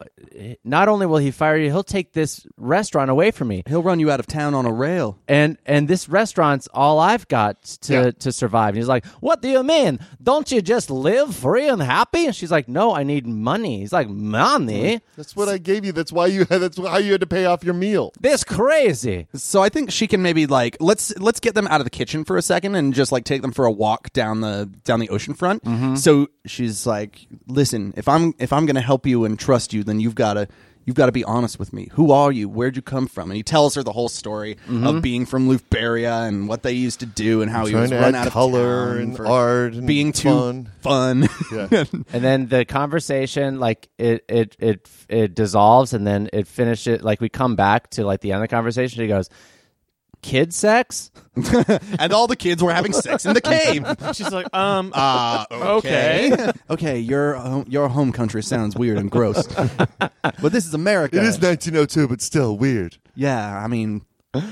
D: not only will he fire you, he'll take this restaurant away from me.
B: He'll run you out of town on a rail.
D: and and this restaurant's all I've got to
E: Yeah.
D: to survive. And he's like, "What do you mean? Don't you just live free and happy?" And she's like, "No, I need money." He's like, "Money?
E: That's what I gave you. That's why you. That's how you had to pay off your meal.
D: This crazy."
B: So I think she can maybe like let's let's get them out of the kitchen for a second and just like take them for a walk down the down the ocean front.
E: Mm-hmm.
B: So she's like, "Listen, if I'm if I'm going to help you and trust you, then you've got to you've got to be honest with me. Who are you? Where'd you come from?" And he tells her the whole story of being from Lufberia and what they used to do and how he
E: Mm-hmm. Trying
B: was
E: to
B: run
E: add
B: out of
E: color
B: town
E: and
B: for
E: art and
B: being too
E: fun.
B: fun.
E: Yeah.
D: And then the conversation like it it it it dissolves and then it finishes like we come back to like the end of the conversation. She goes, "Kid sex?"
B: (laughs) and all the kids were having sex
E: (laughs)
B: in the cave.
C: (laughs) She's like, um,
B: Ah,
C: okay.
B: okay, (laughs) your ho- your home country sounds weird and gross, but this is America.
E: It is 1902, but still weird.
B: Yeah, I mean,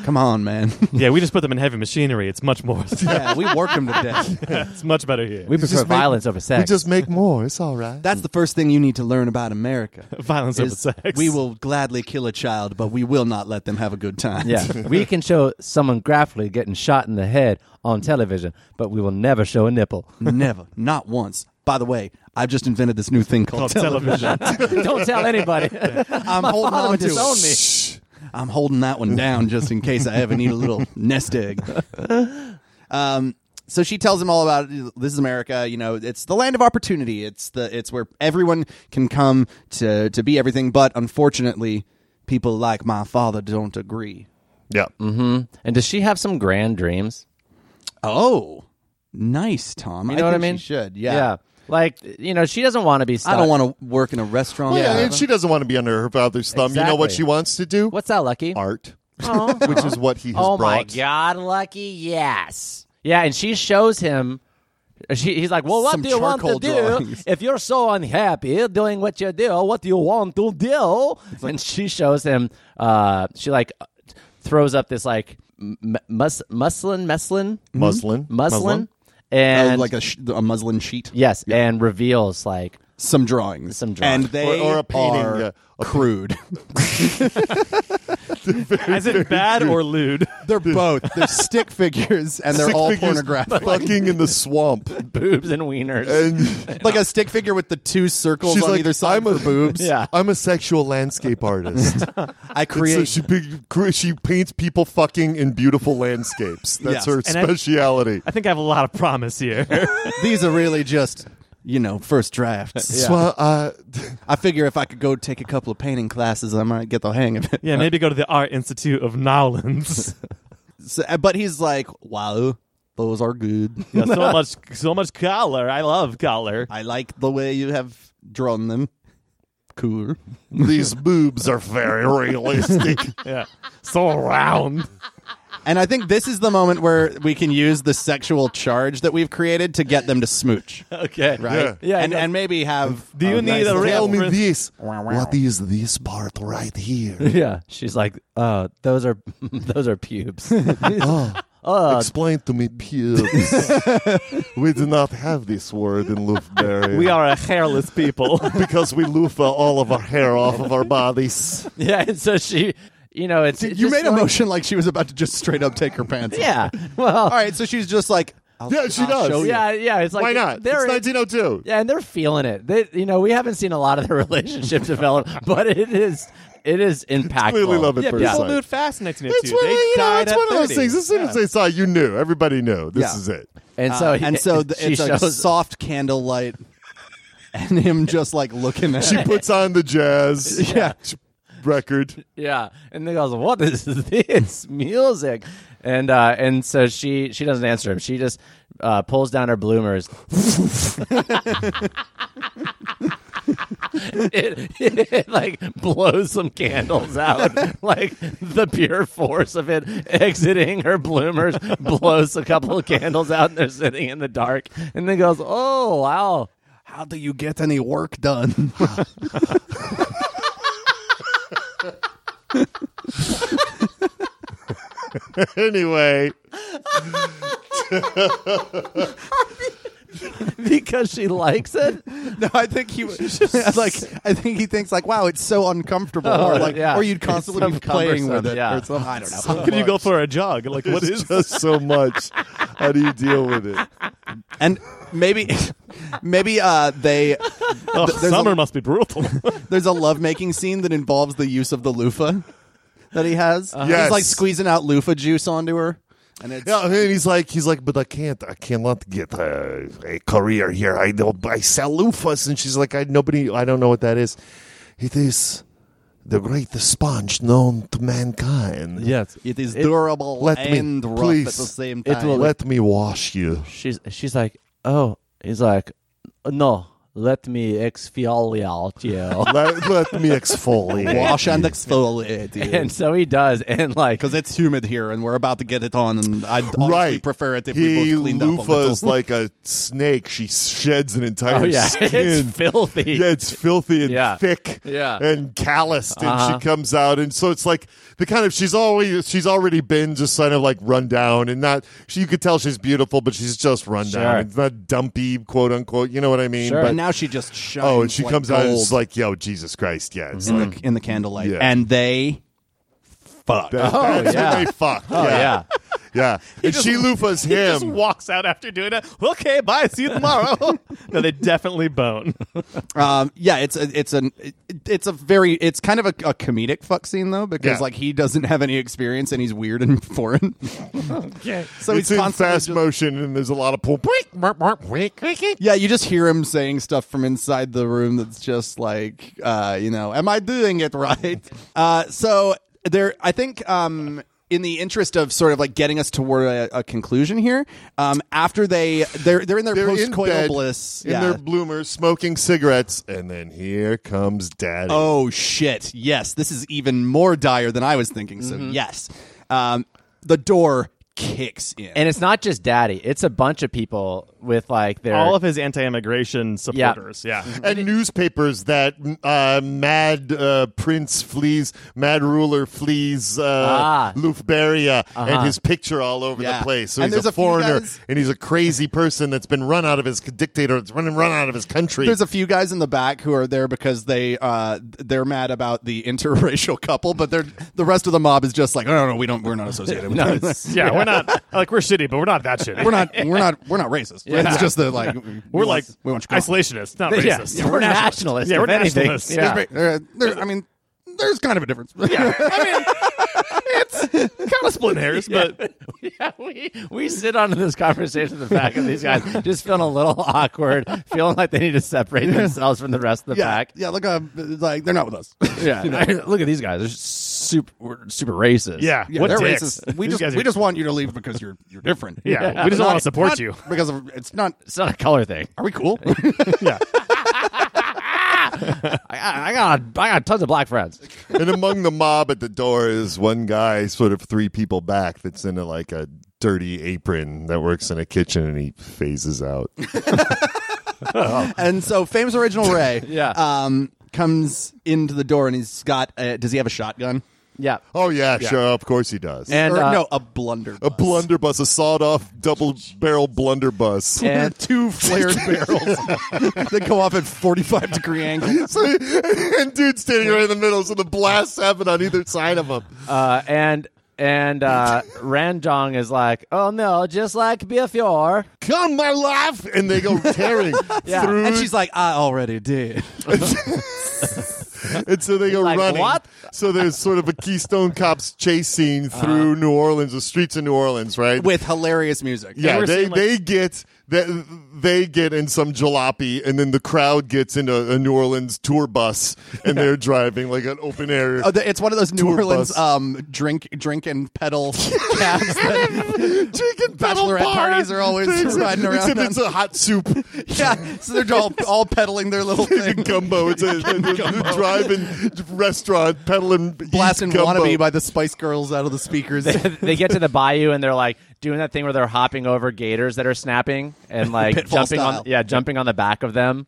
B: come on, man.
C: (laughs) yeah, we just put them in heavy machinery. It's much more.
B: yeah, we worked him to death.
C: it's much better here.
D: We prefer
E: just make-
D: violence over
E: We
D: sex.
E: just make more. It's all right.
B: That's the first thing you need to learn about America.
C: Violence over
B: is
C: sex.
B: We will gladly kill a child, but we will not let them have a good time.
D: yeah, we can show someone graphically getting shot in the head on television, but we will never show a nipple.
B: (laughs)
D: (laughs)
B: never, not once. By the way, I've just invented this new thing
C: on
B: called,
C: television.
D: Don't tell anybody.
B: (laughs)
D: (laughs)
B: I'm holding
D: father
B: on
D: would
B: to
D: disown
B: it.
D: me.
B: I'm holding that one down just in case I ever need a (laughs) little nest egg. Um, so she tells him all about this is America. You know, it's the land of opportunity. It's the it's where everyone can come to to be everything. But unfortunately, people like my father don't agree.
E: yeah.
B: Mm-hmm.
D: And does she have some grand dreams?
B: Oh, nice, Tom.
D: You know what I
B: think
D: mean?
B: She should. Yeah.
D: Like, you know, she doesn't want to be stuck.
B: I don't want to work in a restaurant.
E: Well, Oh, yeah.
B: forever.
E: and she doesn't want to be under her father's thumb. You know what
D: Exactly.
E: she wants to do?
D: What's that, Lucky?
B: (laughs)
E: Art, which is what he has
D: oh,
E: brought.
D: my God, Lucky, yes. Yeah, and she shows him. She, he's like, "Well, what
B: Some
D: do you want to
B: charcoal
D: do
B: drawings.
D: if you're so unhappy doing what you do? What do you want to do?" and she shows him. Uh, she like throws up this like m- mus- muslin, muslin,
B: Hmm?
E: Muslin.
D: muslin, and
B: Uh, like a, sh- a muslin sheet.
D: yes, and reveals like
B: Some drawings.
D: Some drawings.
B: And they
E: Or- or a painting,
B: are
E: uh, a-
B: crude.
C: (laughs) Is it bad or lewd?
B: they're (laughs) both. They're stick figures and they're
E: Stick
B: all
E: figures
B: (laughs) pornographic.
E: Fucking in the swamp.
D: boobs and wieners.
B: (laughs)
E: And
B: like a stick figure with the two circles
E: she's
B: on
E: like,
B: either side
E: I'm a
B: for
E: (laughs)
B: boobs.
D: Yeah.
E: I'm a sexual landscape artist.
B: I
E: so
B: create
E: she (laughs) pic- cre- she paints people fucking in beautiful landscapes. That's
B: Yes.
E: her
C: And I-
E: speciality.
C: I think I have a lot of promise here.
B: these are really just you know first drafts.
E: So, uh, (laughs)
B: I figure if I could go take a couple of painting classes, I might get the hang of it. (laughs)
C: yeah, maybe go to the Art Institute of Nolans.
B: So- but he's like, wow, those are good.
C: Yeah, so much, so much color. I love color.
B: I like the way you have drawn them. Cool.
E: these boobs are very realistic.
C: Yeah, so round.
B: And I think this is the moment where we can use the sexual charge that we've created to get them to smooch,
C: Okay,
B: right?
D: Yeah. Yeah,
B: and,
D: yeah.
B: and maybe have.
C: Do you need a
B: little-
C: real-
E: Tell me
C: Reference.
E: this. What is this part right here?
D: yeah, she's like, "Oh, those are (laughs) those are
E: (laughs)
D: pubes."
E: Explain to me, pubes. we do not have this word in Lufberia.
C: We are a hairless people.
E: because we loofah all of our hair off of our bodies.
D: (laughs) yeah, and so she, you know, (laughs) it's it's
B: You
D: just
B: made a
D: like-
B: motion like she was about to just straight up take her pants off.
D: Yeah, well,
B: All right, so she's just like, I'll-
E: Yeah, she
B: I'll
E: does.
B: show you.
D: yeah, yeah. It's like
E: Why not?
D: They're
E: it's 1902.
D: yeah, and they're feeling it. They, you know, we haven't seen a lot of their (laughs) relationship develop, but it is it is impactful.
E: Clearly love at
C: yeah,
E: first
C: people
E: sight.
C: moved fast in 1902.
E: It's one,
C: they
E: of- you know,
C: died
E: it's
C: at
E: one of those
C: 30.
E: things. As soon as they saw it, you knew. Everybody knew. This
B: Yeah.
E: is it.
D: And so
B: Uh, and
D: (laughs)
B: so th-
D: she
B: it's a
D: shows
B: soft candlelight, and him just like looking at.
E: She
B: it.
E: puts on the (laughs) jazz
B: yeah,
E: record.
D: yeah, and they goes, "What is (laughs) this music?" And uh, and so she she doesn't answer him. She just uh, pulls down her bloomers. (laughs) it, it like blows some candles out. like the pure force of it exiting her bloomers blows a couple of candles out, and they're sitting in the dark. And then goes, "Oh wow." (laughs)
B: how do you get any work done?
E: anyway,
D: Because she likes it,
B: no, I think he was (laughs) like, I think he thinks like, wow, it's so uncomfortable, or like,
D: Oh, yeah.
B: or you'd constantly
D: It's
B: be
D: so
B: playing with
D: cumbersome,
B: it,
D: yeah.
B: or something. I don't know.
C: How can you go for a jog? Like, what
E: it's
C: is (laughs)
E: just so much. How do you deal with it?
B: And maybe, (laughs) maybe uh, they
C: Oh,
B: there's
C: summer
B: a-
C: must be brutal.
B: there's a lovemaking scene that involves the use of the loofah that he has.
E: Yes.
B: He's like squeezing out loofah juice onto her, and it's.
E: (laughs) Yeah, and he's like, he's like, but I can't, I cannot get a, a career here. I don't, I sell loofahs, and she's like, I nobody, I don't know what that is. It is the greatest sponge known to mankind.
D: yes.
B: It is durable
E: Let me-
B: and rough
E: please.
B: at the same time.
D: It will-
E: Let me wash you.
D: she's she's like, oh, he's like, no, let me exfoliate you. (laughs)
E: let, let me exfoliate.
B: (laughs) wash (laughs)
E: you.
B: and (laughs) exfoliate you.
D: and so he does, and like,
B: because it's humid here and we're about to get it on, and I'd honestly
E: Right.
B: prefer it if we
E: he
B: both cleaned up a little.
E: loofahs (laughs) like a snake. She sheds an entire
D: oh yeah, (laughs)
E: skin.
D: it's filthy.
E: yeah, it's filthy and
D: Yeah.
E: thick
D: Yeah. Uh-huh.
E: and calloused, and she comes out, and so it's like the kind of she's always she's already been just kind of like run down and not. She, you could tell she's beautiful, but she's just run
D: Sure.
E: down. It's not dumpy, quote unquote. You know what I mean?
D: Sure.
B: and
E: But,
B: now she just shines.
E: oh, and she
B: like
E: comes out and
B: gold
E: it's like, yo, Jesus Christ, yeah,
D: Mm-hmm.
E: it's
B: in
E: like
B: the, in the candlelight,
E: Yeah.
B: and they fuck.
E: that, that's
D: yeah.
E: when they fuck.
D: Oh yeah.
E: yeah, yeah. And
C: just-
E: she loofahs
C: He just
E: him.
C: walks out after doing that. Okay, bye. See you tomorrow. no, they definitely bone.
B: Um, yeah, it's a, it's an it, it's a very it's kind of a, a comedic fuck scene though because
E: Yeah.
B: like he doesn't have any experience and he's weird and (laughs) foreign. so
E: It's
B: he's
E: in
B: constantly
E: fast
B: just-
E: motion, and there's a lot of pull.
B: Yeah, you just hear him saying stuff from inside the room that's just like, uh, you know, am I doing it right? (laughs) Uh, so there, I think, um, in the interest of sort of like getting us toward a, a conclusion here, um, after they they're they're in their
E: They're in
B: post-coital
E: bed,
B: bliss,
E: in
B: yeah.
E: their bloomers, smoking cigarettes, and then here comes Daddy.
B: oh shit!
E: Mm-hmm.
B: Yes, this is even more dire than I was thinking. So yes, um, the door kicks in.
D: And it's not just daddy, it's a bunch of people with like their
C: All of his anti-immigration supporters. Yeah.
E: and newspapers that uh, Mad uh, Prince flees, Mad Ruler flees uh,
D: Ah.
E: Lufberia, and his picture all over
B: Uh-huh. Yeah.
E: the place. So
B: And
E: he's
B: there's
E: a,
B: a few
E: foreigner,
B: guys-
E: and he's a crazy person that's been run out of his dictator, that's been run out of his country.
B: There's a few guys in the back who are there because they uh, they're mad about the (laughs) interracial couple, but they're the rest of the mob is just like, oh, no, no, we don't, we're not associated
C: (laughs)
B: with
D: No,
B: no,
D: it's-
C: yeah, we're not like we're shitty, but we're not that
B: (laughs)
C: shitty.
B: We're not, we're not, we're not racist. It's just the
C: (laughs)
B: like,
C: We're like
B: we want you gone.
C: isolationists, not
D: Yeah.
C: racists.
D: Yeah, we're nationalists,
C: Yeah, we're
D: if anything.
C: nationalists.
D: Yeah.
B: There's ba- there- there- I mean, there's kind of a difference. (laughs)
C: kind of splitting hairs, but
D: (laughs) Yeah, we, we sit on this conversation in the back of these (laughs) guys, just feeling a little awkward, feeling like they need to separate themselves from the rest of the
B: yeah,
D: pack.
B: yeah. Look, uh, like they're not with
C: (laughs)
B: us.
D: Yeah, (laughs) look at these guys; they're super we're super racist.
C: yeah,
B: Yeah,
C: what
B: they're
C: dicks?
B: racist. We
C: These
B: just
C: guys are-
B: we just want you to leave because you're you're different.
C: yeah, we just don't want to support
B: Not
C: you.
B: because of it's not.
D: it's not a color thing.
B: Are we
C: (laughs)
B: cool?
C: (laughs) Yeah,
D: I, I, I got I got tons of black friends.
E: and among the mob at the door is one guy, sort of three people back, that's in a, like a dirty apron that works in a kitchen, and he phases out.
B: and so, famous original
E: (laughs)
B: Ray,
D: Yeah.
B: um, comes into the door and he's got. A, does he have a shotgun?
D: Yeah,
E: oh yeah, sure, of course he does.
D: and
B: Or,
D: uh,
B: no, a blunder.
E: a blunderbuss, a sawed-off double-barrel blunderbuss. (laughs)
D: and
B: two (laughs) flared barrels that go off at 45 degree angles.
E: So- and dude standing right in the middle, so the blasts happen on either side of him.
D: uh, and and uh, Ranjong is like, oh no, just like before.
E: Come, my life! And they go tearing
D: (laughs) Yeah.
E: through,
B: And she's like, I already did.
E: (laughs) and so they go
D: like,
E: running.
D: "What?"
E: So there's sort of a Keystone Cops chase scene through New Orleans, the streets of New Orleans, right?
B: Uh-huh. With hilarious music.
E: yeah,
C: we're
E: they
C: seeing, like-
E: they get that they get in some jalopy, and then the crowd gets into a New Orleans tour bus, and they're driving like an open air.
B: (laughs) Oh, the- it's one of those New
E: Tour
B: Orleans
E: bus.
B: um, drink, drink and
E: (laughs)
B: pedal cabs that
E: Chicken pedal
B: bachelorette
E: bar.
B: parties are
E: (laughs)
B: always
E: Except-
B: riding around
E: Except
B: on-
E: it's a
B: (laughs)
E: hot soup.
B: Yeah, so they're all all peddling their little
E: (laughs) It's
B: thing,
E: a gumbo. It's a, drive-in restaurant peddling
B: blasting
E: East gumbo.
B: "Wannabe" by the Spice Girls out of the
E: (laughs)
B: speakers.
D: (laughs) they get to the bayou and they're like doing that thing where they're hopping over gators that are snapping and like
B: Pitfall
D: jumping on
B: style.
D: yeah jumping on the back of them.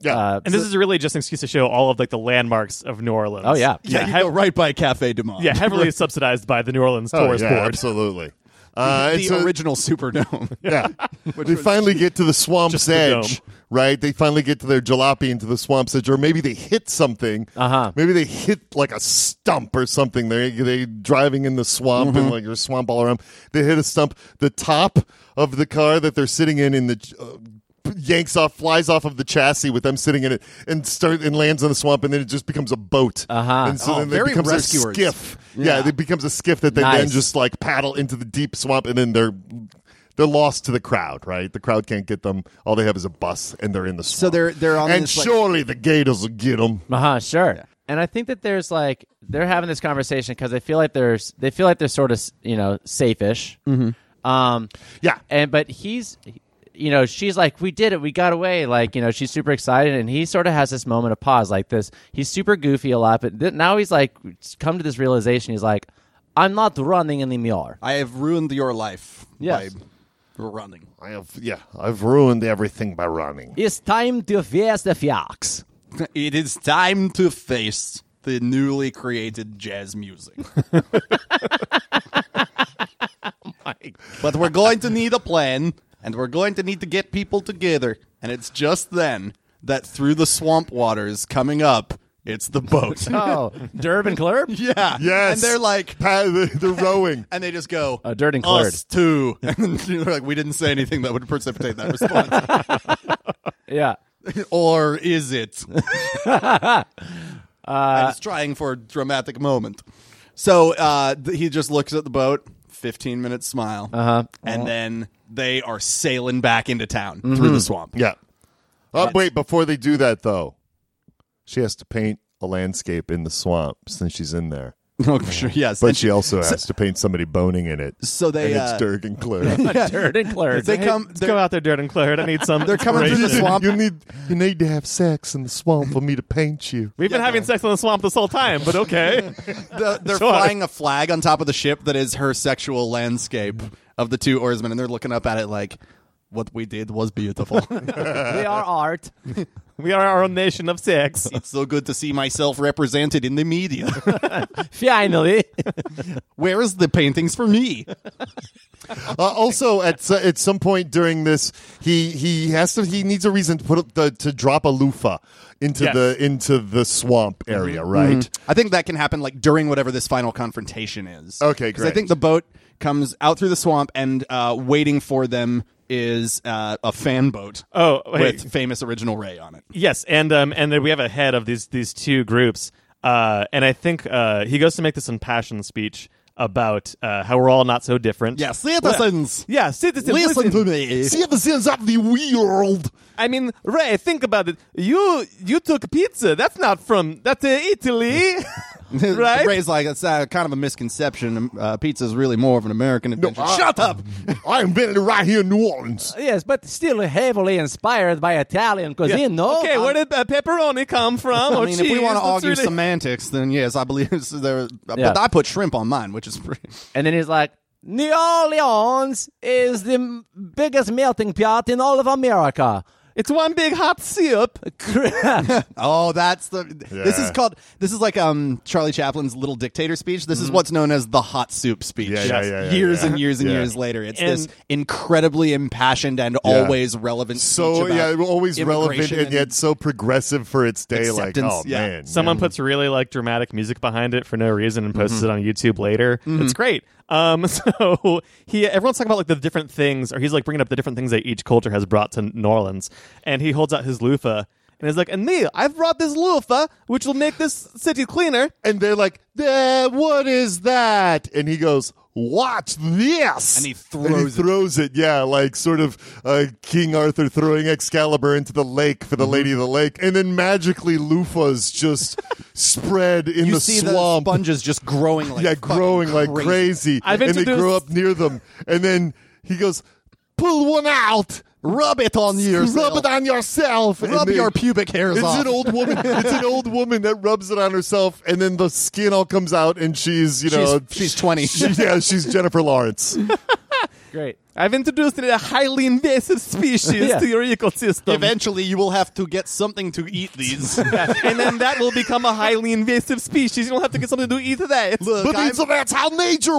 E: Yeah.
D: Uh,
C: and this is really just an excuse to show all of like the landmarks of New Orleans.
D: oh yeah.
B: yeah, you go right by Cafe Du Monde.
C: yeah, heavily subsidized by the New Orleans
E: Oh,
C: tourist
E: yeah,
C: board.
E: absolutely. Uh,
B: the
E: and so-
B: original Superdome.
E: Yeah. they finally get to the swamp's
C: Just the
E: edge,
C: dome.
E: right? They finally get to their jalopy into the swamp's edge, or maybe they hit something.
D: Uh-huh.
E: Maybe they hit like a stump or something. They they driving in the swamp and like there's swamp all around. They hit a stump. The top of the car that they're sitting in in the. Uh, Yanks off, flies off of the chassis with them sitting in it, and start and lands on the swamp, and then it just becomes a boat.
D: Uh-huh.
E: And so
B: Oh,
E: then it
B: very
E: becomes their
B: rescuers.
E: skiff. Yeah. it becomes a skiff that they then
D: Nice.
E: just like paddle into the deep swamp, and then they're they're lost to the crowd. Right, the crowd can't get them. All they have is a bus, and they're in the swamp.
B: (laughs) So they're they're on
E: and
B: this, like-
E: surely the Gators will get them.
D: Uh-huh, sure. And I think that there's like they're having this conversation because they feel like there's they feel like they're sort of you know safe-ish. Mm-hmm. Um,
E: Yeah.
D: And but he's, you know, she's like, we did it, we got away. Like you know, she's super excited, and he sort of has this moment of pause, like this. He's super goofy a lot, but th- now he's like come to this realization. He's like, I'm not running anymore.
B: I have ruined your life
D: Yes.
B: by running.
E: I have yeah, I've ruined everything by running.
D: It's time to face the facts.
B: It is time to face the newly created jazz music. (laughs) Oh But we're going to need a plan, and we're going to need to get people together. And it's just then that through the swamp waters coming up, it's the boat.
D: (laughs) Oh, Durban
B: (laughs)
D: Clurb.
B: yeah.
E: Yes,
B: And they're like,
E: Pa- they're, (laughs) they're rowing.
B: and they just go,
D: Uh, dirt and cleared.
B: us too. (laughs) And they're like, we didn't say anything that would precipitate that response.
D: (laughs) Yeah.
B: or is it? I was trying for a dramatic moment. So uh, th- he just looks at the boat, 15 minute smile, uh-huh. and then they are sailing back into town through the swamp. (laughs)
E: Yeah. Oh wait, before they do that though, she has to paint a landscape in the swamp since she's in there.
B: Oh, sure, yes.
E: But
B: And
E: she also has to paint somebody boning in it.
B: so they
E: and
B: uh,
E: it's Dirk
B: (laughs)
E: and Claire.
D: Dirt and Clerk.
B: they come
C: Let's
B: they're-
C: go out there, Dirt and Claire. I need some.
B: They're coming through the
C: inspiration.
B: swamp.
E: You need you need to have sex in the swamp for me to paint you.
C: We've been having sex in the swamp this whole time, but okay.
B: the, they're
C: Sure.
B: flying a flag on top of the ship that is her sexual landscape of the two oarsmen, and they're looking up at it like, "What we did was
C: (laughs)
B: beautiful. (laughs)
D: we (laughs) are art.
C: we are our own nation of sex.
B: it's so good to see myself represented in the media. (laughs)
D: Finally.
B: Where is the paintings for me?"
E: Uh, also, at so- at some point during this, he he has to he needs a reason to put up the, to drop a loofah into
C: Yes.
E: the into the swamp area, right?
B: I think that can happen like during whatever this final confrontation is.
E: Okay,
B: I
E: great.
B: think the boat comes out through the swamp, and uh, waiting for them is uh, a fan boat
C: Oh, wait.
B: with famous original Ray on it.
C: Yes, and um, and then we have a head of these these two groups, uh, and I think uh, he goes to make this impassioned speech about uh, how we're all not so different.
B: Yeah, citizens.
C: yeah, citizens.
B: Listen,
C: listen.
B: to me.
E: Citizens of the world.
C: I mean, Ray, think about it. You you took pizza. That's not from that's uh, Italy,
B: (laughs)
C: (laughs) right?
B: Ray's like it's uh, kind of a misconception. Uh, pizza is really more of an American invention.
C: uh,
E: I-
B: Shut
C: (laughs)
B: up!
E: I invented it right here in New Orleans.
D: (laughs) yes, but still heavily inspired by Italian cuisine, no?
C: Okay, where
D: Um,
C: did uh, pepperoni
D: (laughs)
C: come from?
B: I
C: or
D: Oh,
B: mean, if we
C: cheese?
B: want to
C: That's
B: argue
C: really-
B: semantics, then yes, I believe (laughs) it's there. uh,
D: Yeah.
B: But I put shrimp on mine, which is pretty. (laughs)
D: and then he's like, New Orleans is the m- biggest melting pot in all of America.
C: it's one big hot
D: (laughs)
C: soup.
B: Oh, that's the. This is
E: Yeah.
B: called. This is like um Charlie Chaplin's little dictator speech. This is what's known as the hot soup speech.
E: Mm-hmm. Yeah, yeah, yeah, yeah,
B: years
E: yeah.
B: and years and
E: Yeah.
B: years later, it's
C: And-
B: this incredibly impassioned and always relevant.
E: So
B: speech
E: yeah,
B: about
E: always relevant
B: immigration
E: and yet so progressive for its day. Like
B: Acceptance,
E: oh
B: yeah.
E: man,
C: Someone puts really like dramatic music behind it for no reason and posts it on YouTube later. It's great. Um, (laughs) so he everyone's talking about like the different things, or he's like bringing up the different things that each culture has brought to New Orleans, and he holds out his loofah and he's like, "And me, I've brought this loofah, which will make this city cleaner."
E: and they're like, "Eh, "What is that?" And he goes, "Watch this!"
B: And he throws it.
E: throws it. Yeah, like sort of uh, King Arthur throwing Excalibur into the lake for the
B: Mm-hmm.
E: Lady of the Lake, and then magically loofahs
B: (laughs)
E: just spread in
B: you
E: the
B: see
E: swamp.
B: the sponges just
E: (laughs)
B: growing like
E: yeah,
B: fucking
E: growing like
B: crazy.
E: crazy,
C: I've
E: and they grow
C: introduced-
E: up near them, and then he goes, "Pull one out."
B: Rub it on yourself.
E: Rub it on yourself. and
B: Rub
E: they-
B: your pubic hairs
E: it's
B: off.
E: an old woman. It's an old woman that rubs it on herself, and then the skin all comes out, and she's you know
B: She's- she's 20.
E: She- yeah, she's Jennifer Lawrence.
D: Great.
C: I've introduced a highly invasive
D: (laughs)
C: species
D: Yeah.
C: to your ecosystem,
B: Eventually, you will have to get something to eat (laughs) these.
C: and then that will become a highly invasive species. You don't have to get something to eat that.
B: Look,
E: But
B: I'm-
E: so that's how nature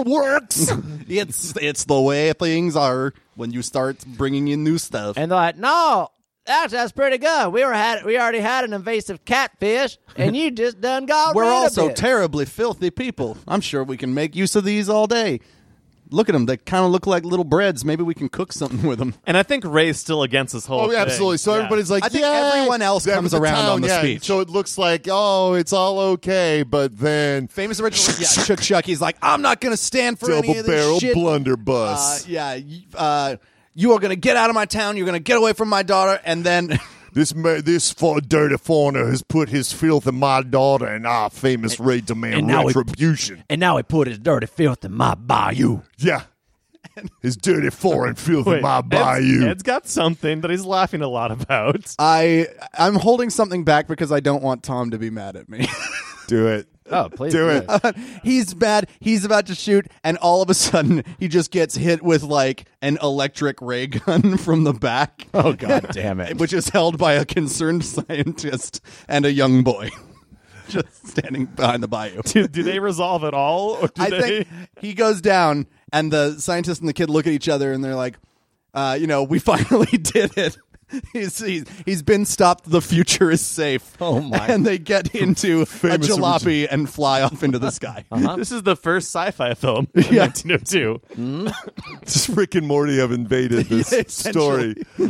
B: (laughs)
E: works.
B: it's it's the way things are when you start bringing in new stuff.
D: And they're like, no, that's, that's pretty good. We were had we already had an invasive catfish, and you just done
C: (laughs)
D: got
B: We're
D: rid of
B: also
D: it.
B: terribly filthy people. I'm sure we can make use of these all day. Look at them; they kind of look like little breads. Maybe we can cook something with them.
C: And I think Ray's still against this whole.
E: Oh,
C: thing.
E: absolutely. So
C: Yeah.
E: everybody's like,
B: I think
E: yeah.
B: everyone else
E: Yeah,
B: comes
E: but the
B: around
E: town,
B: on the
E: yeah.
B: speech.
E: So it looks like, oh, it's all okay, but then
B: (laughs) Famous original, yeah. Chuck Chucky's like, I'm not going to stand for any
E: double
B: of this
E: barrel
B: shit. Uh,
E: blunderbuss.
B: yeah, y- uh, you are going to get out of my town. You're going to get away from my daughter, and then
E: this ma- this for dirty foreigner has put his filth in my daughter, and our famous Ray demand
D: and now it-
E: retribution.
D: And now he put his dirty filth in my bayou.
E: yeah. His dirty foreign filth
C: Wait,
E: in my bayou.
C: Ed's, Ed's got something that he's laughing a lot about. (laughs)
B: I I'm holding something back because I don't want Tom to be mad at me. (laughs)
E: Do it.
D: Oh, please
E: do it.
B: he's mad. He's about to shoot, and all of a sudden, he just gets hit with like an electric ray gun (laughs) from the back.
D: Oh,
B: (laughs)
D: God damn it.
B: Which is held by a concerned (laughs) scientist and a young boy, (laughs) just standing behind the bayou.
C: do, do they resolve at all, or do
B: I
C: they? (laughs)
B: think he goes down, and the scientist and the kid look at each other, and they're like, uh, "You know, we (laughs) finally did it." He's, he's he's been stopped. The future is safe.
D: Oh, my.
B: And they (laughs) get into a
E: Famous
B: jalopy and fly off into the sky.
C: This is the first sci-fi film
E: (laughs)
C: in
B: Yeah.
C: 1902.
E: Just Rick and Morty have invaded this
B: Yeah, essentially.
E: story.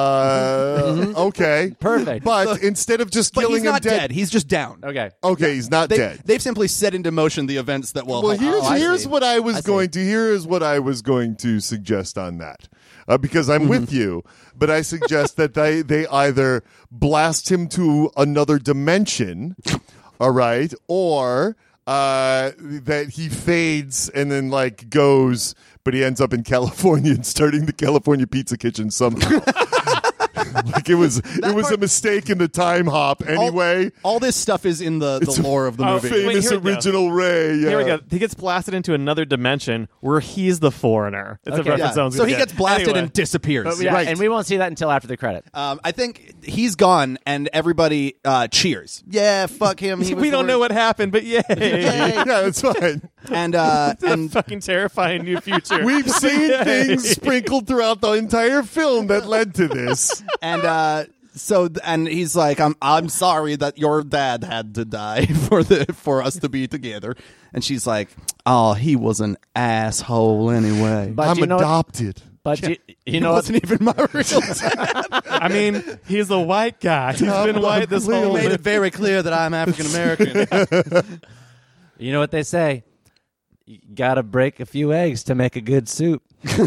E: Uh, okay.
D: Perfect.
E: But instead of just
B: But
E: killing
B: he's not
E: him dead.
B: dead. He's just down.
D: Okay.
E: Okay, he's not
B: They,
E: dead.
B: They've simply set into motion the events that will.
E: Well, here's,
D: oh, I
E: here's
D: see.
E: what I was
D: I see.
E: going to here is what I was going to suggest on that uh, because I'm
D: Mm-hmm.
E: with you, but I suggest that they they either blast him to another dimension, all right, or. uh, that he fades and then like goes, but he ends up in (laughs) California and starting the California Pizza Kitchen somehow. (laughs) like it was, it was a
B: part-
E: mistake in the time hop.
B: All-
E: Anyway,
B: all, this stuff is in the, the
E: It's-
B: lore of the
C: Oh,
B: movie.
C: wait,
E: famous
C: here we go.
E: original Ray. Yeah.
C: Here we go. He gets blasted into another dimension where he's the foreigner. It's
D: Okay.
C: a
B: Yeah.
C: reference I was
B: So
C: gonna
B: he
C: get.
B: gets blasted
C: Anyway.
B: and disappears.
D: Yeah,
E: Right.
D: and we won't see that until after the credit.
B: Um, I think he's gone, and everybody uh, cheers. Yeah, fuck him. (laughs) He was
C: we
B: the
C: don't know
B: worst.
C: what happened, but yay!
E: (laughs) yeah, that's fine.
B: And uh, and
C: (laughs) fucking terrifying new future.
E: We've (laughs) seen things sprinkled throughout the entire film that led
B: (laughs)
E: to this.
B: and uh, so th- and he's like, I'm I'm sorry that your dad had to die (laughs) for the for us to be together. And she's like, Oh, he was an asshole anyway.
D: But
E: I'm
D: you know,
E: adopted.
D: but you, you
B: He
D: know,
B: wasn't even my real dad.
D: (laughs)
C: I mean, he's a white guy. He's been white this whole.
B: made it very clear that I'm African American.
D: you know what they say. You gotta break a few eggs to make a good soup. (laughs)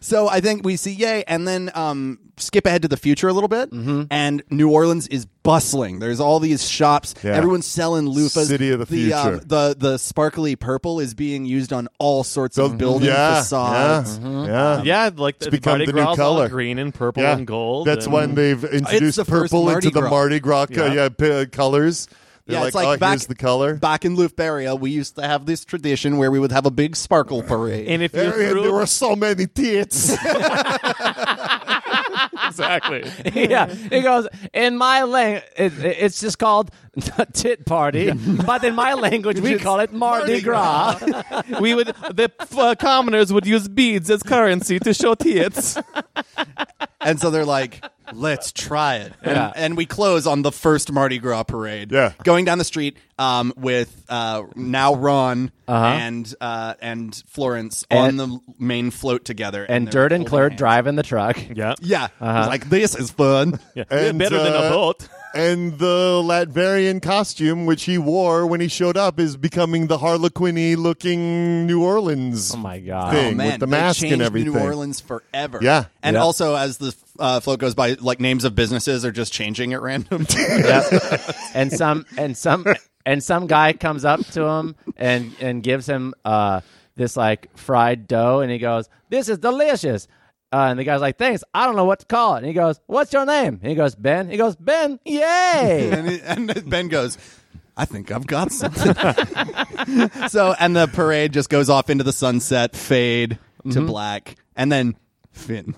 B: So I think we see yay, and then um, skip ahead to the future a little bit,
E: Mm-hmm.
B: and New Orleans is bustling. There's all these shops.
E: Yeah.
B: Everyone's selling loofahs.
E: City of the
B: um,
E: future.
B: the the sparkly purple is being used on all sorts of building
E: yeah,
B: facades.
E: Yeah, yeah.
C: Yeah, like it's
E: become
C: Mardi
E: the new
C: Gras is all
E: color.
C: green and purple
E: Yeah.
C: and gold.
E: That's
C: and-
E: when they've introduced
B: the first
E: purple
B: Mardi
E: into the
B: Gras.
E: Mardi Gras co-
C: Yeah.
E: yeah. p- uh, colors. They're
B: Yeah,
E: like,
B: it's like
E: oh,
B: back
E: here's the color.
B: Back in Luftberria, we used to have this tradition where we would have a big sparkle parade.
C: And if you
E: There,
C: (laughs)
E: there
C: threw
E: were so
B: (laughs)
E: many tits.
C: exactly,
D: yeah, it goes in my language. It, it- it's just called (laughs) tit party, but in my language we call it Mardi Gras.
C: we would the uh, commoners would use beads as currency to
E: (laughs)
C: show tits.
B: and so they're like, let's try it. And,
D: Yeah.
B: and we close on the first Mardi Gras parade.
E: Yeah.
B: Going down the street um, with uh, now Ron and uh, and Florence on
D: Uh-huh. And-
B: the main float together.
D: and
B: they're
D: Dirt and Uh-huh.
B: holding
D: Clerk
B: hands.
D: driving the truck. (laughs) Oh
C: Yeah,
B: Yeah. It's Like, this is fun.
C: yeah.
E: And,
C: better than
E: uh,
C: a boat. (laughs)
E: and the Latvian costume, which he wore when he showed up, is becoming the Harlequin looking New Orleans.
D: Oh my god!
E: Thing.
B: Oh,
E: with
B: man,
E: the
B: they
E: mask and
B: changed
E: everything.
B: New Orleans forever.
E: Yeah.
B: and
D: Yeah.
B: also as the uh, float goes by, like names of businesses are just changing at
E: (laughs)
B: random.
D: Yep. and some and some and some guy comes up to him and and gives him uh this like fried dough and he goes, "This is delicious." Uh, and the guy's like, "Thanks, I don't know what to call it." And he goes, "What's your name?" And he goes, "Ben." He goes, "Ben, yay!"
B: (laughs) and, and Ben goes, I think I've got something. (laughs) so, and the parade just goes off into the sunset, fade to
D: Mm-hmm.
B: black, and then Finn.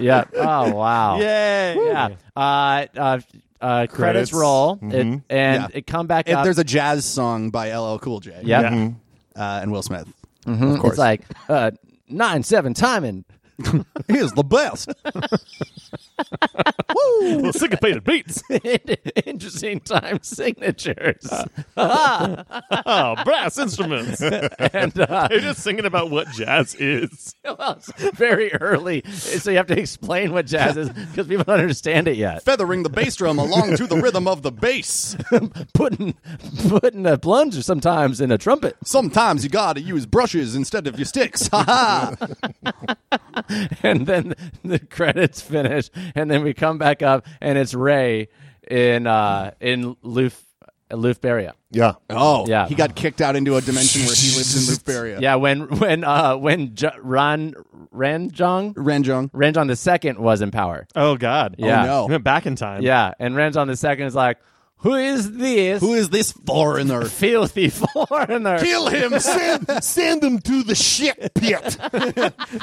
D: yeah. Oh wow.
C: Yay!
D: Yeah. Uh, uh, uh, credits.
E: Credits.
D: roll it, and
B: Yeah.
D: it come back
B: And
D: up.
B: there's a jazz song by LL Cool J.
D: Yep. Mm-hmm.
C: Yeah.
B: Uh, and Will Smith. Of course.
D: It's like uh, nine seven (laughs) timing.
B: he is the best.
C: Well, syncopated beats.
D: Interesting time signatures.
C: Oh, (laughs) brass instruments.
D: and uh,
C: They're just singing about what jazz is.
D: (laughs) well, it's very early, so you have to explain what jazz is because people don't understand it yet.
B: Feathering the bass drum along to the rhythm of the bass.
D: (laughs) Putting putting a plunger sometimes in a trumpet.
B: Sometimes you gotta use brushes instead of your sticks. Ha ha.
D: (laughs) and then the credits finish, and then we come back up, and it's Ray in uh, in Luf Lufberia.
E: Yeah.
B: Oh,
D: Yeah.
B: He got kicked out into a dimension where he lives in Luferia.
D: Yeah, when when uh, when J- Ron Ranjong
B: Ranjong.
D: Ranjong the second was in power.
C: Oh God.
D: Yeah.
B: no.
C: We went back in time. (laughs)
D: Yeah, and Ranjong the second is like, who is this
B: Who is this foreigner?
D: filthy (laughs) foreigner? (laughs)
B: Kill him,
E: Send, send him to the
B: (laughs)
E: shit pit.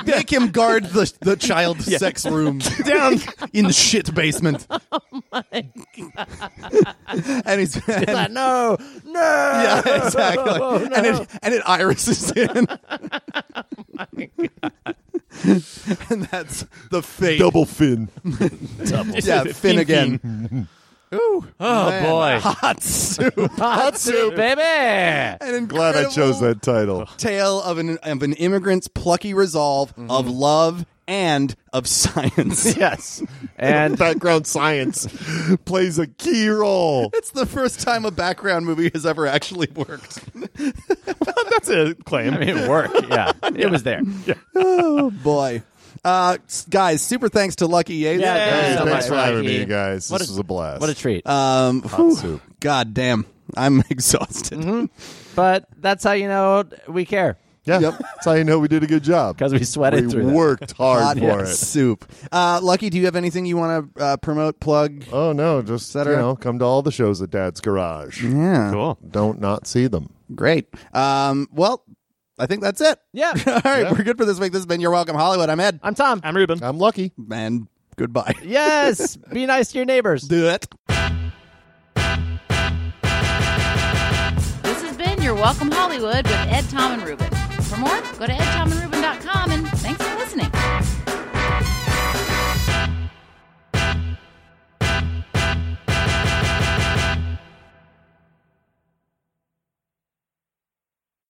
B: Make him guard the, the child sex room down in the shit basement. Oh my god! and he's, and-
D: Like, no, no.
B: yeah, exactly. And it and it irises in. and that's the fate.
E: Double fin.
B: yeah, Finn again. Ooh,
D: Oh
B: man.
D: boy,
B: hot soup.
D: hot soup, baby.
B: An incredible
E: Glad I chose that title.
B: tale of an of an immigrant's plucky resolve of love and of science.
D: Yes, (laughs) and
E: Background science (laughs) plays a key role.
B: It's the first time a background movie has ever actually worked.
C: That's a claim.
D: I mean, work.
C: (laughs)
D: Yeah, it was there.
B: oh boy. Uh, s- guys, super thanks to Lucky Yates.
D: Yeah,
E: Hey,
D: so much,
E: thanks for having
D: Mikey.
E: me, guys.
D: What
E: This
B: Uh,
D: a-
E: was a blast.
D: What a treat.
B: Um,
E: Hot soup.
B: God damn. I'm (laughs) exhausted.
D: But that's how you know we care
E: Yeah,
B: Yep.
E: that's how you know we did a good job
D: because we sweated
E: we
D: through that.
E: worked hard
B: Hot
E: for it.
B: soup. Uh, Lucky, do you have anything you want to uh, promote, plug?
E: Oh no, just you
B: cetera.
E: know, come to all the shows at Dad's Garage.
D: Mm-hmm.
B: Yeah,
C: Cool.
E: Don't not see them.
B: great. Um, well, I think that's it. (laughs)
D: Yeah.
B: All right,
E: Yeah.
B: we're good for this week. This has been Your Welcome Hollywood. I'm Ed.
D: (laughs) I'm
C: (laughs)
D: Tom.
C: I'm Ruben.
E: I'm lucky.
B: And goodbye.
D: yes. Be nice to your neighbors.
B: Do it.
A: This has been Your Welcome Hollywood with Ed, Tom, and Ruben. For more, go to edtomandruben.com.